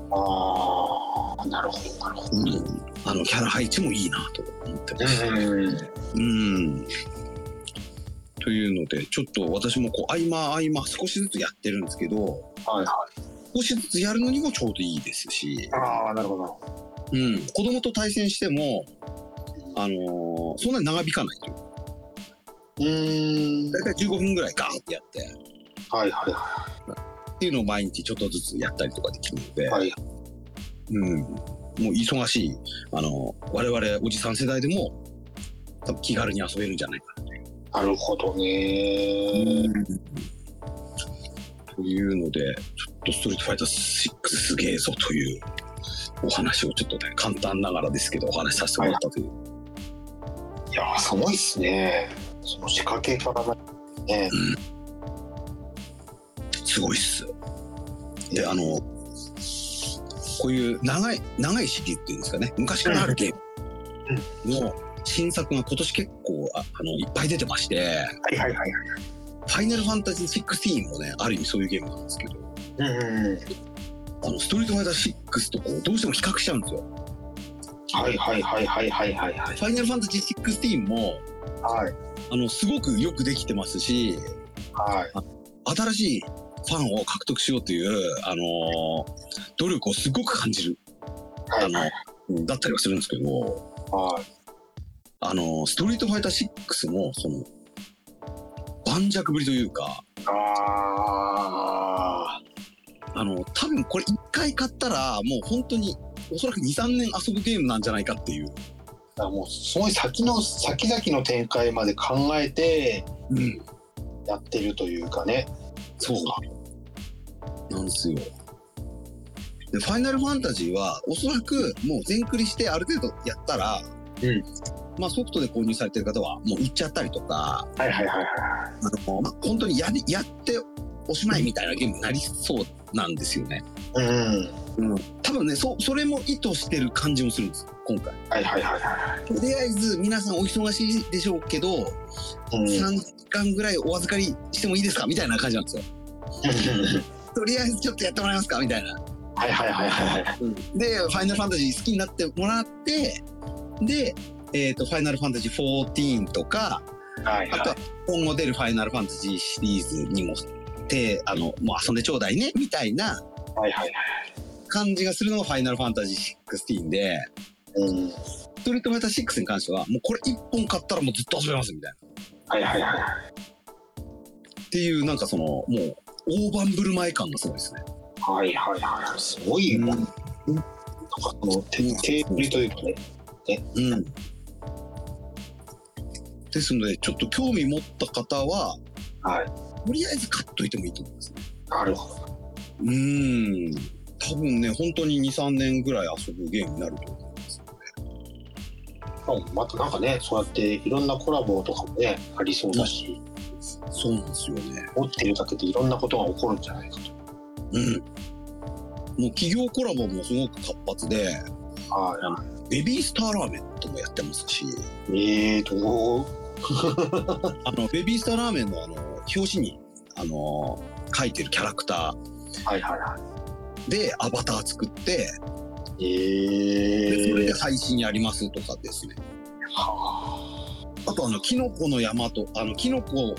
[SPEAKER 1] な。
[SPEAKER 2] ああ、なるほどなるほど。
[SPEAKER 1] あの、キャラ配置もいいなと思ってます。
[SPEAKER 2] うん。
[SPEAKER 1] うん。というので、ちょっと私もこう、合間合間少しずつやってるんですけど、
[SPEAKER 2] はいは
[SPEAKER 1] 少しずつやるのにもちょうどいいですし
[SPEAKER 2] い。、ああ、なるほど。
[SPEAKER 1] うん、子供と対戦しても、あのーそんなに長引かないという
[SPEAKER 2] うーん。
[SPEAKER 1] 大体15分ぐらいガーってやって
[SPEAKER 2] はいはいは
[SPEAKER 1] っていうのを毎日ちょっとずつやったりとかできるので、
[SPEAKER 2] い。はい。
[SPEAKER 1] うん、もう忙しい、あのー我々おじさん世代でも多分気軽に遊べるんじゃないか
[SPEAKER 2] なるほど
[SPEAKER 1] な、
[SPEAKER 2] ね。
[SPEAKER 1] というのでちょっと「ストリートファイター6すげえぞ」というお話をちょっとね簡単ながらですけどお話しさせてもらったという。
[SPEAKER 2] いやー、すごいっすね。その仕掛けからね。
[SPEAKER 1] すごいっす。で、あの、こういう長い、長いシリーズっていうんですかね、昔からあるゲームの新作が今年結構ああのいっぱい出てまして、
[SPEAKER 2] はいはいはい。
[SPEAKER 1] ファイナルファンタジー16もね、ある意味そういうゲームなんですけど、
[SPEAKER 2] うんうんうん。
[SPEAKER 1] あの、ストリートファイター6とこう、どうしても比較しちゃうんですよ。
[SPEAKER 2] はいはいはいはいはいはいはい。
[SPEAKER 1] ファイナルファンタジー16も、
[SPEAKER 2] はい
[SPEAKER 1] あの、すごくよくできてますし、
[SPEAKER 2] はい。
[SPEAKER 1] 新しいファンを獲得しようという、あのー努力をすごく感じる、
[SPEAKER 2] は
[SPEAKER 1] あ
[SPEAKER 2] いはい。
[SPEAKER 1] の、だったりはするんですけど、
[SPEAKER 2] はい
[SPEAKER 1] あの、ストリートファイター6も、その、盤石ぶりというか、
[SPEAKER 2] あ
[SPEAKER 1] あの、多分これ一回買ったら、もう本当に、おそらく2、3年遊ぶゲームなんじゃないかっていう。
[SPEAKER 2] あ、もうすごい先の先々の展開まで考えて
[SPEAKER 1] うん。
[SPEAKER 2] やってるというかね。
[SPEAKER 1] そう。なんですよ。で、ファイナルファンタジーは、おそらくもう全クリしてある程度やったら、
[SPEAKER 2] うん
[SPEAKER 1] まあソフトで購入されてる方は、もう売っちゃったりとか、
[SPEAKER 2] はいはいはいは
[SPEAKER 1] あ
[SPEAKER 2] い。
[SPEAKER 1] の、まあ本当にやり、やっておしまいみたいなゲームになりそうなんですよね。
[SPEAKER 2] うん。
[SPEAKER 1] 多分ねそそれも意図してる感じもするんです今回
[SPEAKER 2] はいはいはいは
[SPEAKER 1] とりあえず皆さんお忙しいでしょうけど、
[SPEAKER 2] い。うん。
[SPEAKER 1] 3時間ぐらいお預かりしてもいいですかみたいな感じなんですよとりあえずちょっとやってもらえますかみたいな、
[SPEAKER 2] [LAUGHS] はいはいはいはいはい。
[SPEAKER 1] で「ファイナルファンタジー」好きになってもらってでえーと「ファイナルファンタジー14」とか
[SPEAKER 2] はい
[SPEAKER 1] あとは今後出る「ファイナルファンタジー」シリーズにも手あのもう遊んでちょうだいねみたいな
[SPEAKER 2] はいはい。
[SPEAKER 1] 感じがするのが「ファイナルファンタジー16」で。
[SPEAKER 2] うん。
[SPEAKER 1] ストリートファイター6に関しては、もうこれ1本買ったらもうずっと遊べますみたいな。
[SPEAKER 2] はいはいは
[SPEAKER 1] っていう、なんかその、もう、大盤振る舞い感がすごいですね。
[SPEAKER 2] い。はいはいはい。すごいもん。なんかその徹底ぶりというかね。
[SPEAKER 1] うん。ですので、ちょっと興味持った方は、
[SPEAKER 2] はい。
[SPEAKER 1] とりあえず買っといてもいいと思いますね。
[SPEAKER 2] なるほど。
[SPEAKER 1] うーん。多分ね、本当に2、3年ぐらい遊ぶゲームになると思います。
[SPEAKER 2] またなんかね、そうやっていろんなコラボとかもね、ありそうだし、
[SPEAKER 1] そうなんですよね。
[SPEAKER 2] 持ってるだけでいろんなことが起こるんじゃないか
[SPEAKER 1] うん。もう企業コラボもすごく活発で、
[SPEAKER 2] と。は
[SPEAKER 1] ベビースターラーメンともやってますし、
[SPEAKER 2] い。えーと、
[SPEAKER 1] あの、ベビースターラーメンのあの、表紙に、あの、書いてるキャラクタ
[SPEAKER 2] はいはいは
[SPEAKER 1] ーでアバター作って、
[SPEAKER 2] い。
[SPEAKER 1] でそれ
[SPEAKER 2] え
[SPEAKER 1] で
[SPEAKER 2] ー。
[SPEAKER 1] 配信やりますとかですね。
[SPEAKER 2] は
[SPEAKER 1] あと、あの、キノコの山と、あの、キノコ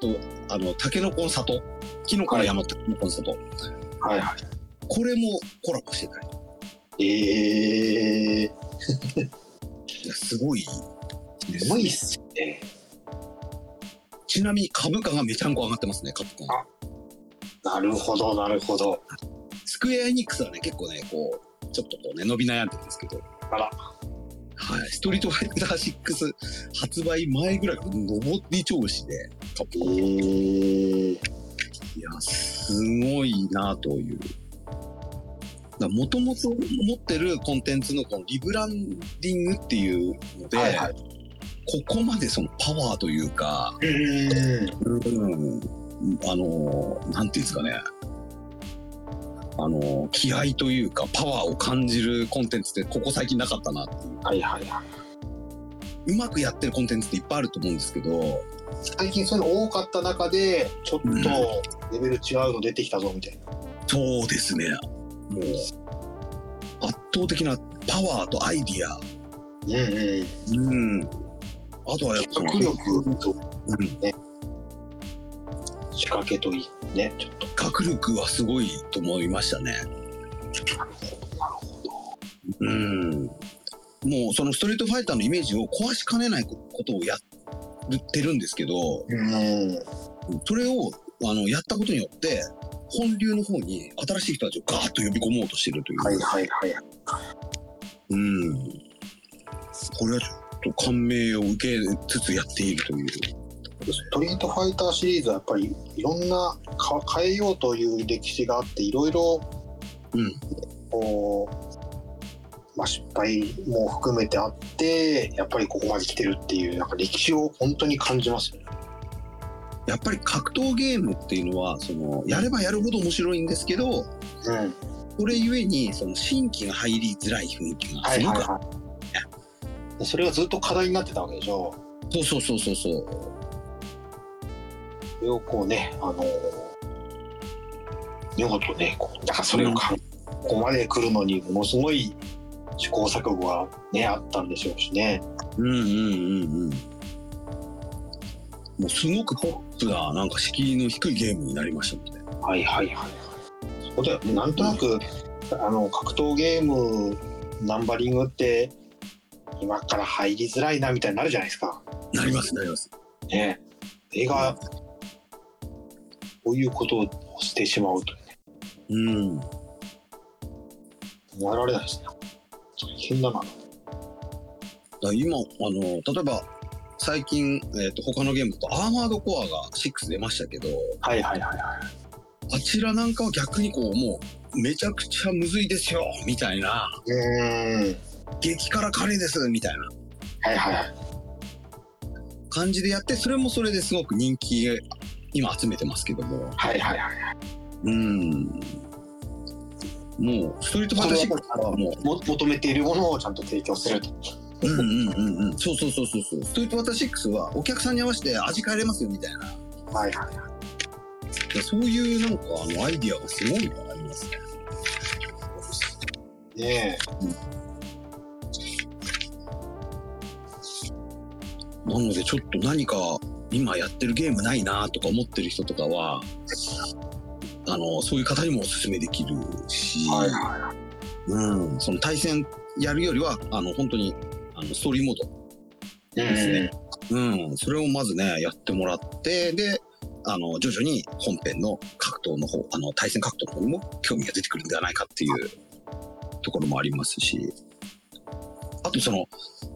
[SPEAKER 1] と、あの、タケノコの里、キノコの山とタケノコの里、
[SPEAKER 2] あ。はいは
[SPEAKER 1] これもコラボしてたり。
[SPEAKER 2] い。えー。
[SPEAKER 1] いやすごいです
[SPEAKER 2] すごいっすね。
[SPEAKER 1] ちなみに株価がめちゃんこ上がってますね、カプコン。
[SPEAKER 2] なるほど、なるほど。
[SPEAKER 1] スクエアエニックスはね、結構ね、こう、ちょっとこうね、伸び悩んでるんですけど。
[SPEAKER 2] あら。
[SPEAKER 1] はい。ストリートファイター6発売前ぐらいから上り調子で、カプコン
[SPEAKER 2] えー、
[SPEAKER 1] いや、すごいなという。もともと持ってるコンテンツのこのリブランディングっていうので、
[SPEAKER 2] はいは
[SPEAKER 1] ここまでそのパワーというか、
[SPEAKER 2] うん
[SPEAKER 1] うん、あの、なんていうんですかね、あの、気合というか、パワーを感じるコンテンツってここ最近なかったなっていう。
[SPEAKER 2] はいはいはい。
[SPEAKER 1] うまくやってるコンテンツっていっぱいあると思うんですけど、
[SPEAKER 2] 最近そういうの多かった中で、ちょっとレベル違うの出てきたぞみたいな。
[SPEAKER 1] そうですね。もう、圧倒的なパワーとアイディア、
[SPEAKER 2] うんうん。
[SPEAKER 1] うん。あとはやっぱその
[SPEAKER 2] 脚力と
[SPEAKER 1] うん
[SPEAKER 2] ね、仕掛けといいね、ちょっと。
[SPEAKER 1] 学力はすごいと思いましたね。
[SPEAKER 2] なるほ
[SPEAKER 1] うん。もうそのストリートファイターのイメージを壊しかねないことをやってるんですけど、
[SPEAKER 2] ど。うん。
[SPEAKER 1] それをあのやったことによって、本流の方に新しい人たちをガーッと呼び込もうとしてるという。
[SPEAKER 2] はいはいはい。
[SPEAKER 1] うん。これはちょっと感銘を受けつつやっているという。
[SPEAKER 2] ストリートファイターシリーズはやっぱりいろんなか変えようという歴史があっていろいろ、
[SPEAKER 1] うん
[SPEAKER 2] こう、まあ、失敗も含めてあってやっぱりここまで来てるっていうなんか歴史を本当に感じますよね。
[SPEAKER 1] やっぱり格闘ゲームっていうのは、その、やればやるほど面白いんですけど、
[SPEAKER 2] うん、はい
[SPEAKER 1] それゆえに、その、新規が入りづらい雰囲気が
[SPEAKER 2] は
[SPEAKER 1] す
[SPEAKER 2] い
[SPEAKER 1] ごくある
[SPEAKER 2] はい。でそれがずっと課題になってたわけでしょ。
[SPEAKER 1] そうそうそうそうそう。
[SPEAKER 2] それをこうね、あの見事ね、こうなんかそれをか、ここまで来るのにものすごい試行錯誤がねあったんでしょうしね。
[SPEAKER 1] うんうんうんうん。もうすごくポップな、なんか敷居の低いゲームになりましたもんね。
[SPEAKER 2] はいはいはい。そうだよね。なんとなく、あの格闘ゲームナンバリングって今から入りづらいなみたいになるじゃないですか。
[SPEAKER 1] なります、なります。
[SPEAKER 2] ね。映画こういうことをしてしまうと
[SPEAKER 1] うん。
[SPEAKER 2] やられないですね。大変だな。
[SPEAKER 1] だから今、あの、例えば、最近、えっ、と、他のゲームだと、アーマードコアが6出ましたけど、
[SPEAKER 2] はいはいはいは
[SPEAKER 1] あちらなんかは逆にこう、もう、めちゃくちゃむずいですよ、みたいな、
[SPEAKER 2] い。うーん。
[SPEAKER 1] 激辛カレーです、みたいな
[SPEAKER 2] はいはいはい。
[SPEAKER 1] 感じでやって、それもそれですごく人気、今集めてますけども。
[SPEAKER 2] はいはいはい。
[SPEAKER 1] うん。もう、ストリートファイター6はもう、
[SPEAKER 2] も求めているものをちゃんと提供すると。
[SPEAKER 1] うんうんうんうん。そうそうそうそうそう。ストリートファイターシックスはお客さんに合わせて味変えれますよみたいな。
[SPEAKER 2] はいはいは
[SPEAKER 1] そういうなんかあのアイディアがすごいのがありますね。
[SPEAKER 2] い。ね
[SPEAKER 1] なのでちょっと何か今やってるゲームないなとか思ってる人とかは、あの、そういう方にもおすすめできるし、
[SPEAKER 2] え。はいはいはい。
[SPEAKER 1] うん、その対戦やるよりは、あの、本当に、あの、ストーリーモードですねうん、それをまずね、やってもらって、で、あの、徐々に本編の格闘の方、あの、対戦格闘の方にも興味が出てくるんではないかっていうところもありますし、あとその、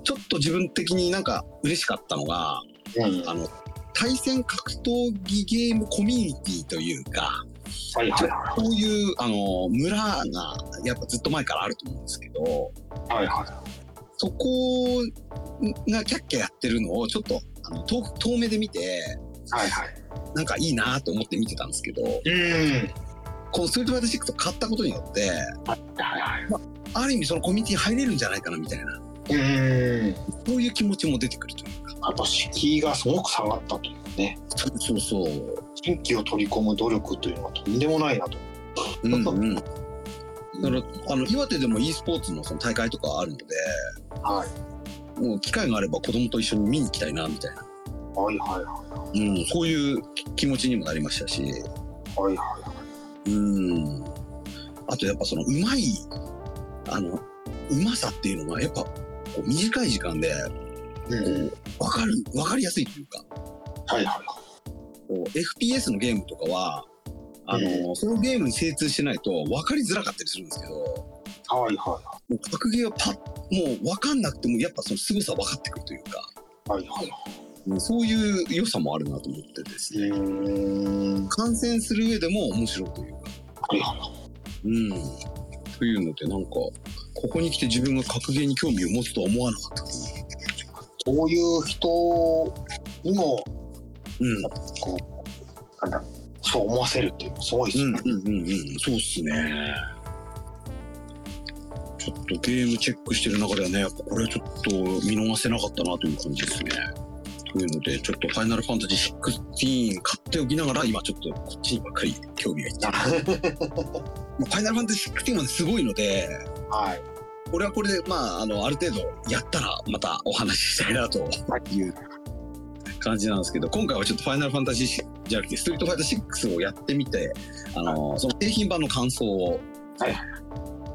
[SPEAKER 1] ちょっと自分的になんか嬉しかったのが、
[SPEAKER 2] うんうん。
[SPEAKER 1] あの、対戦格闘技ゲームコミュニティというか、
[SPEAKER 2] はいはいは
[SPEAKER 1] こういう、あの、村が、やっぱずっと前からあると思うんですけど、
[SPEAKER 2] い。はいはい。
[SPEAKER 1] そこがキャッキャやってるのをちょっと、あの、遠く遠目で見て、
[SPEAKER 2] はいはい。
[SPEAKER 1] なんかいいなと思って見てたんですけど、
[SPEAKER 2] うん。
[SPEAKER 1] このストリートファイター6を買ったことによって、
[SPEAKER 2] はいはい。
[SPEAKER 1] ある意味そのコミュニティ入れるんじゃないかなみたいな、
[SPEAKER 2] うん。や
[SPEAKER 1] そういう気持ちも出てくるというか。
[SPEAKER 2] っぱ敷居がすごく下がったというね。
[SPEAKER 1] そうそうそう。
[SPEAKER 2] 新規を取り込む努力というのはとんでもないなと。
[SPEAKER 1] うんうん。だ
[SPEAKER 2] な
[SPEAKER 1] から、あの、岩手でも e スポーツのその大会とかあるので、
[SPEAKER 2] はい。
[SPEAKER 1] もう機会があれば子供と一緒に見に行きたいな、みたいな。
[SPEAKER 2] はいはいは
[SPEAKER 1] うん、そういう気持ちにもなりましたし、
[SPEAKER 2] い。はいは
[SPEAKER 1] うん。あとやっぱその、うまい、あの、うまさっていうのが、やっぱ、こう短い時間で、
[SPEAKER 2] い。うん。
[SPEAKER 1] わかる、わかりやすいというか、
[SPEAKER 2] はいはいは
[SPEAKER 1] こう FPS のゲームとかは、あの、
[SPEAKER 2] え
[SPEAKER 1] そのゲームに精通してないと分かりづらかったりするんですけど、
[SPEAKER 2] い。はいは
[SPEAKER 1] もう格ゲーはパッ、もう分かんなくても、やっぱその凄さ分かってくるというか、
[SPEAKER 2] はいはいは
[SPEAKER 1] うんそういう良さもあるなと思ってです
[SPEAKER 2] い。
[SPEAKER 1] ね、
[SPEAKER 2] うん。
[SPEAKER 1] 観戦する上でも面白いというか、
[SPEAKER 2] はいは
[SPEAKER 1] うん。というので、なんか、ここに来て自分が格ゲーに興味を持つとは思わなかったです。
[SPEAKER 2] い。そういう人にも、
[SPEAKER 1] うん。
[SPEAKER 2] こう、なんだろうそう思わせるっていうのはすごいです
[SPEAKER 1] うん
[SPEAKER 2] ね。
[SPEAKER 1] うんうんうん、そうっすね。ちょっとゲームチェックしてる中ではね、やっぱこれはちょっと見逃せなかったなという感じですね。というので、ちょっとファイナルファンタジー16買っておきながら、今ちょっとこっちにばっかり興味がいってる。まあファイナルファンタジー16はすごいので、
[SPEAKER 2] はい。
[SPEAKER 1] これはこれで、まあ、あの、ある程度やったらまたお話ししたいなという感じなんですけど、今回はちょっとファイナルファンタジーじゃなくて、ストリートファイター6をやってみて、あの、その製品版の感想を、
[SPEAKER 2] はい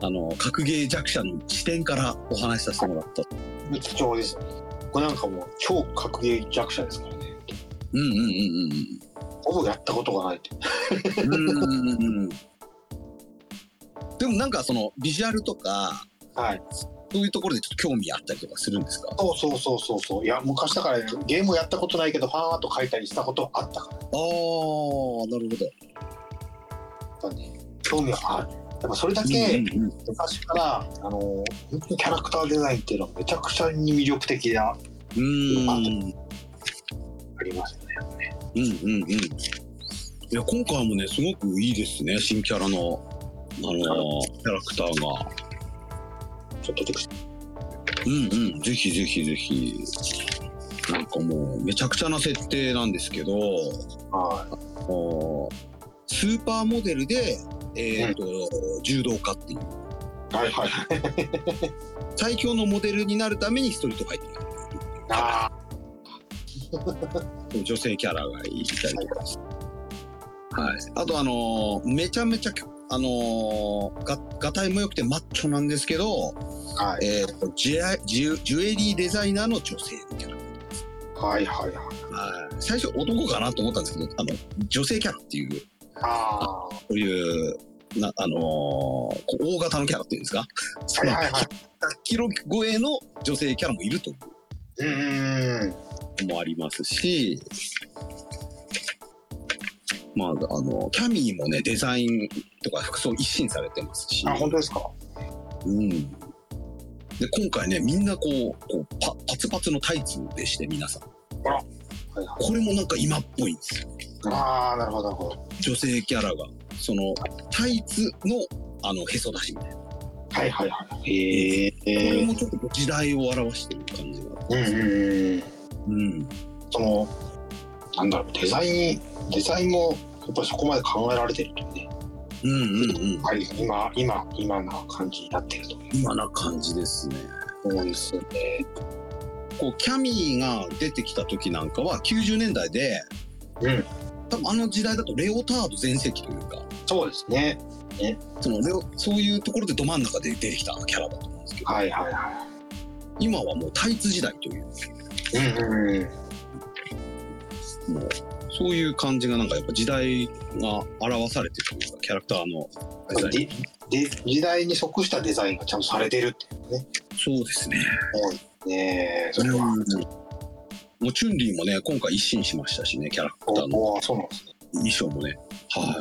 [SPEAKER 1] あの、格ゲー弱者の視点からお話しさせてもらった。
[SPEAKER 2] 貴重ですね。これなんかもう、超格ゲー弱者ですからね。
[SPEAKER 1] うんうん
[SPEAKER 2] ほぼやったことがないって。
[SPEAKER 1] うんうん。うんうんうんうん。でもなんかその、ビジュアルとか、
[SPEAKER 2] はい。
[SPEAKER 1] そういうところでちょっと興味あったりとかするんですかあ
[SPEAKER 2] そうそうそうそうそう。いや、昔だから、ゲームをやったことないけど、ファンアート書いたりしたことはあったか
[SPEAKER 1] あ
[SPEAKER 2] ら。
[SPEAKER 1] ー、なるほど。
[SPEAKER 2] やっぱね、興味はある。やっぱそれだけ、
[SPEAKER 1] うんうんうん
[SPEAKER 2] 昔から、あの、本当にキャラクターデザインっていうのはめちゃくちゃに魅力的な、
[SPEAKER 1] うん。
[SPEAKER 2] ありますよね。
[SPEAKER 1] うんうんうん。いや、今回もね、すごくいいですね、新キャラの、あのーキャラクターが。
[SPEAKER 2] ちょっと出てきて
[SPEAKER 1] うんうん、ぜひぜひぜひ。なんかもう、めちゃくちゃな設定なんですけど、
[SPEAKER 2] は
[SPEAKER 1] あースーパーモデルで、えっ、と、柔道家っていう、
[SPEAKER 2] い。はいはいはい。
[SPEAKER 1] 最強のモデルになるためにストリートファイター
[SPEAKER 2] あ
[SPEAKER 1] 女性キャラがいたりとかしてはい。あと、あのーめちゃめちゃ、あのーが、がたいも良くてマッチョなんですけど、
[SPEAKER 2] あ。はい。
[SPEAKER 1] えーとジュアジュジュエリーデザイナーの女性のキャラ
[SPEAKER 2] はいはいはい。
[SPEAKER 1] 最初男かなと思ったんですけどあの女性キャラっていう
[SPEAKER 2] ああ。
[SPEAKER 1] そういうな、あのーこう大型のキャラっていうんですかそ
[SPEAKER 2] はい
[SPEAKER 1] の
[SPEAKER 2] は
[SPEAKER 1] 100
[SPEAKER 2] いはい。
[SPEAKER 1] キロ超えの女性キャラもいるという
[SPEAKER 2] うーん。
[SPEAKER 1] のもありますしまああのキャミーもねデザインとか服装一新されてますし
[SPEAKER 2] あ、本当ですか。
[SPEAKER 1] うん、で今回ねみんなこうこうパパツパツのタイツでして皆さん
[SPEAKER 2] はいはい。
[SPEAKER 1] これもなんか今っぽいんですよ
[SPEAKER 2] ああ、なるほどなるほど。
[SPEAKER 1] 女性キャラがそのタイツのあのへそ出しみたいな、
[SPEAKER 2] はいはいはい。へ
[SPEAKER 1] これ
[SPEAKER 2] え。
[SPEAKER 1] もちょっと時代を表してる感じが
[SPEAKER 2] うんうんう
[SPEAKER 1] う
[SPEAKER 2] ん。
[SPEAKER 1] ん
[SPEAKER 2] その、なんだろう、デザイン、デザインも、やっぱりそこまで考えられてるというね。
[SPEAKER 1] うんうんうん
[SPEAKER 2] はい、今、今、今な感じになってると。
[SPEAKER 1] 今な感じですね
[SPEAKER 2] そうですよね。
[SPEAKER 1] こうキャミーが出てきた時なんかは90年代で
[SPEAKER 2] うん。
[SPEAKER 1] 多分あの時代だとレオタード全盛期というか
[SPEAKER 2] そうですね。
[SPEAKER 1] そのレオそういうところでど真ん中で出てきたキャラだと思うんですけど
[SPEAKER 2] はいはいは
[SPEAKER 1] 今はもうタイツ時代という
[SPEAKER 2] い。うんうんうん。
[SPEAKER 1] もうそういう感じがなんかやっぱ時代が表されてるというかキャラクターのデザイン
[SPEAKER 2] でで時代に即したデザインがちゃんとされてるって
[SPEAKER 1] そうですね
[SPEAKER 2] ねえそれは、
[SPEAKER 1] もうチュンリーもね、今回一新しましたしね、キャラクターの
[SPEAKER 2] おおそうなんですね
[SPEAKER 1] 衣装もね。は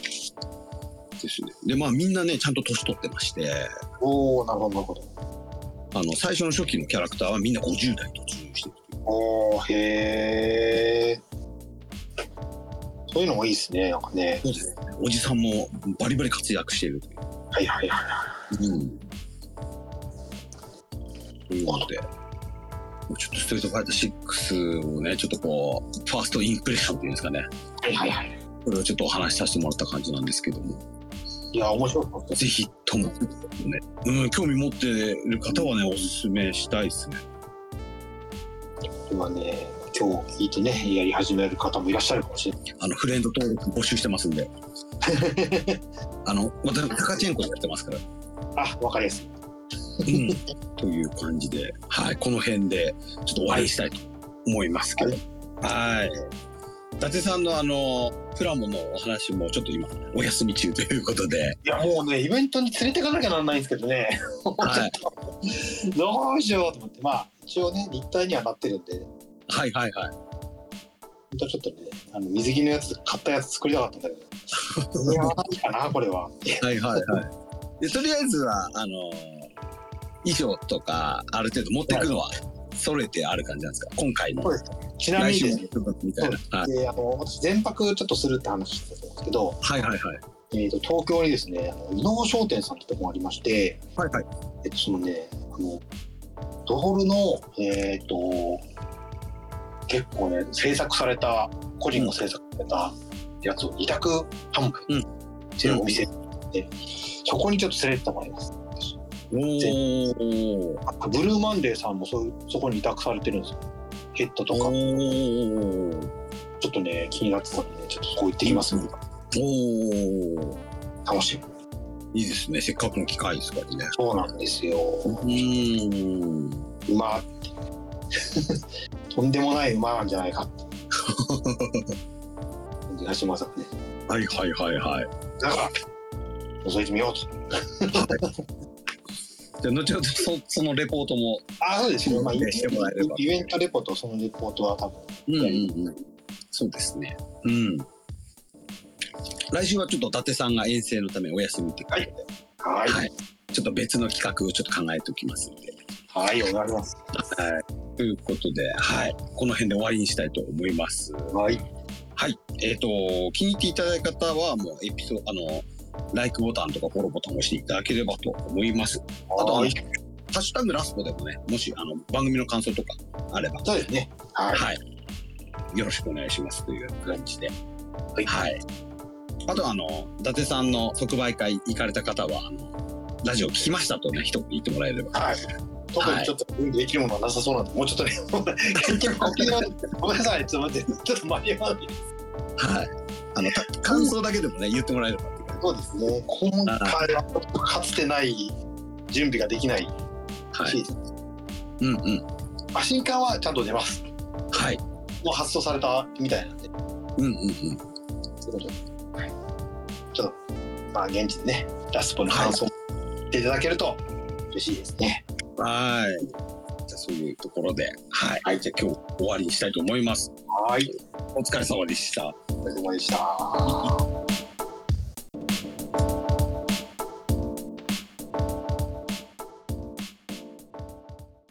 [SPEAKER 1] い。ですね。で、まあみんなね、ちゃんと年取ってまして、
[SPEAKER 2] おおなるほどなるほど
[SPEAKER 1] あの、最初の初期のキャラクターはみんな50代突入してるという。
[SPEAKER 2] おおへえそういうのもいいですねなんかね
[SPEAKER 1] そうですね。おじさんもバリバリ活躍しているとい。
[SPEAKER 2] はいはいはいう
[SPEAKER 1] うん。ということで、ちょっとストリートファイター6をね、ちょっとこう、ファーストインプレッションっていうんですかね。
[SPEAKER 2] はいはいはい
[SPEAKER 1] これをちょっとお話しさせてもらった感じなんですけども。
[SPEAKER 2] いや面白かったです
[SPEAKER 1] ぜひとも、ね、うん、興味持ってる方はね、おすすめしたいですね。
[SPEAKER 2] 今ね今日聞いてねやり始める方もいらっしゃるかもしれない
[SPEAKER 1] あの、フレンド登録募集してますんで。あの、私、タカチェンコでやってますから。
[SPEAKER 2] あわかりやすい
[SPEAKER 1] うん。という感じで、はい、この辺で、ちょっと終わりにしたいと思いますけど。はい。伊達さんのあの、プラモのお話もちょっと今、お休み中ということで、
[SPEAKER 2] いやもうねイベントに連れてかなきゃならないんですけどね、
[SPEAKER 1] はい
[SPEAKER 2] ちょっと [LAUGHS] どうしようと思ってまあ一応ね立体にはなってるんで
[SPEAKER 1] はいはいはい。
[SPEAKER 2] 本当はちょっとねあの水着のやつ買ったやつ作りたかったんだけどいや何かなこれは
[SPEAKER 1] はいはいはい。でとりあえずは、あの衣装とか、ある程度持っていくのは、揃えてある感じなんですか今回の
[SPEAKER 2] そうですちなみ
[SPEAKER 1] 来
[SPEAKER 2] に
[SPEAKER 1] 週
[SPEAKER 2] で
[SPEAKER 1] の
[SPEAKER 2] す
[SPEAKER 1] 部
[SPEAKER 2] ね
[SPEAKER 1] 分みたいな。はい
[SPEAKER 2] であの私全泊ちょっとするって話してたんですけど、
[SPEAKER 1] はいはいはい。
[SPEAKER 2] えー、と東京にですねあの伊能商店さんってとこがありまして、
[SPEAKER 1] はいはい。
[SPEAKER 2] えっと、そのねあのドホルの、えー、と結構ね制作された個人が制作されたやつを委託販売してるお店で、そこにちょっと連れてってもらいます
[SPEAKER 1] おー。
[SPEAKER 2] あブルーマンデーさんもそういうそこに委託されてるんですよヘッドと
[SPEAKER 1] お
[SPEAKER 2] か
[SPEAKER 1] ー。
[SPEAKER 2] ちょっとね気になってたんでねちょっとそこ行ってきます、
[SPEAKER 1] おー。
[SPEAKER 2] 楽しみ
[SPEAKER 1] いいですね。せっかくの機会ですからね。
[SPEAKER 2] そうなんですよ
[SPEAKER 1] うん。
[SPEAKER 2] 馬って [LAUGHS] とんでもない馬なんじゃないか [LAUGHS] って感じがしますよね
[SPEAKER 1] はいはいはいはい。
[SPEAKER 2] だから覗いてみようと
[SPEAKER 1] じゃあ、後ほどそそのレポートも。
[SPEAKER 2] あそうですね、まあ、イベ
[SPEAKER 1] してもらえれば
[SPEAKER 2] イベントレポートそのレポートは多分
[SPEAKER 1] うんうんうん。そうですね。うん。来週はちょっと伊達さんが遠征のためお休みってことで、
[SPEAKER 2] はい
[SPEAKER 1] はいちょっと別の企画をちょっと考えておきますんで。
[SPEAKER 2] はいお願いします
[SPEAKER 1] はい。ということで、はい。この辺で終わりにしたいと思います。
[SPEAKER 2] はい
[SPEAKER 1] はい。えっ、と、気に入っていただいた方は、もうエピソード、あの、LIKE ボタンとかフォローボタンを押していただければと思います。
[SPEAKER 2] あ
[SPEAKER 1] あとは
[SPEAKER 2] はい
[SPEAKER 1] ハッシュタグラスボでもね、もしあの番組の感想とかあれば、
[SPEAKER 2] そうですねはい
[SPEAKER 1] はい、よろしくお願いしますという感じで、
[SPEAKER 2] はい
[SPEAKER 1] はい。あとはあの、伊達さんの即売会行かれた方は、あの、ラジオ聞きましたとね、一言言ってもらえれば。
[SPEAKER 2] はい特にちょっとできるものはなさそうなんで、もうちょっとね、 [LAUGHS] 結局沖縄ごめんなさい、ちょっと待って、ちょっと間に合わない。
[SPEAKER 1] はい。あの、た感想だけでもね、言ってもらえればって感
[SPEAKER 2] そうですね、今回はかつてない準備ができない
[SPEAKER 1] じ。は
[SPEAKER 2] シ
[SPEAKER 1] い。
[SPEAKER 2] ーズン。
[SPEAKER 1] うんうん。
[SPEAKER 2] あ新刊はちゃんと出ます。
[SPEAKER 1] はい。
[SPEAKER 2] もう発送されたみたいなんで、
[SPEAKER 1] うんうんうん。
[SPEAKER 2] そういうことでちょっと、まあ、現地でね、ラスポの感想を言っていただけると嬉しいですね。
[SPEAKER 1] はい。じゃあそういうところで、はい。
[SPEAKER 2] はい
[SPEAKER 1] じゃあ今日終わりにしたいと思います。
[SPEAKER 2] はい、
[SPEAKER 1] お疲れ様でした。
[SPEAKER 2] お疲れ様でした。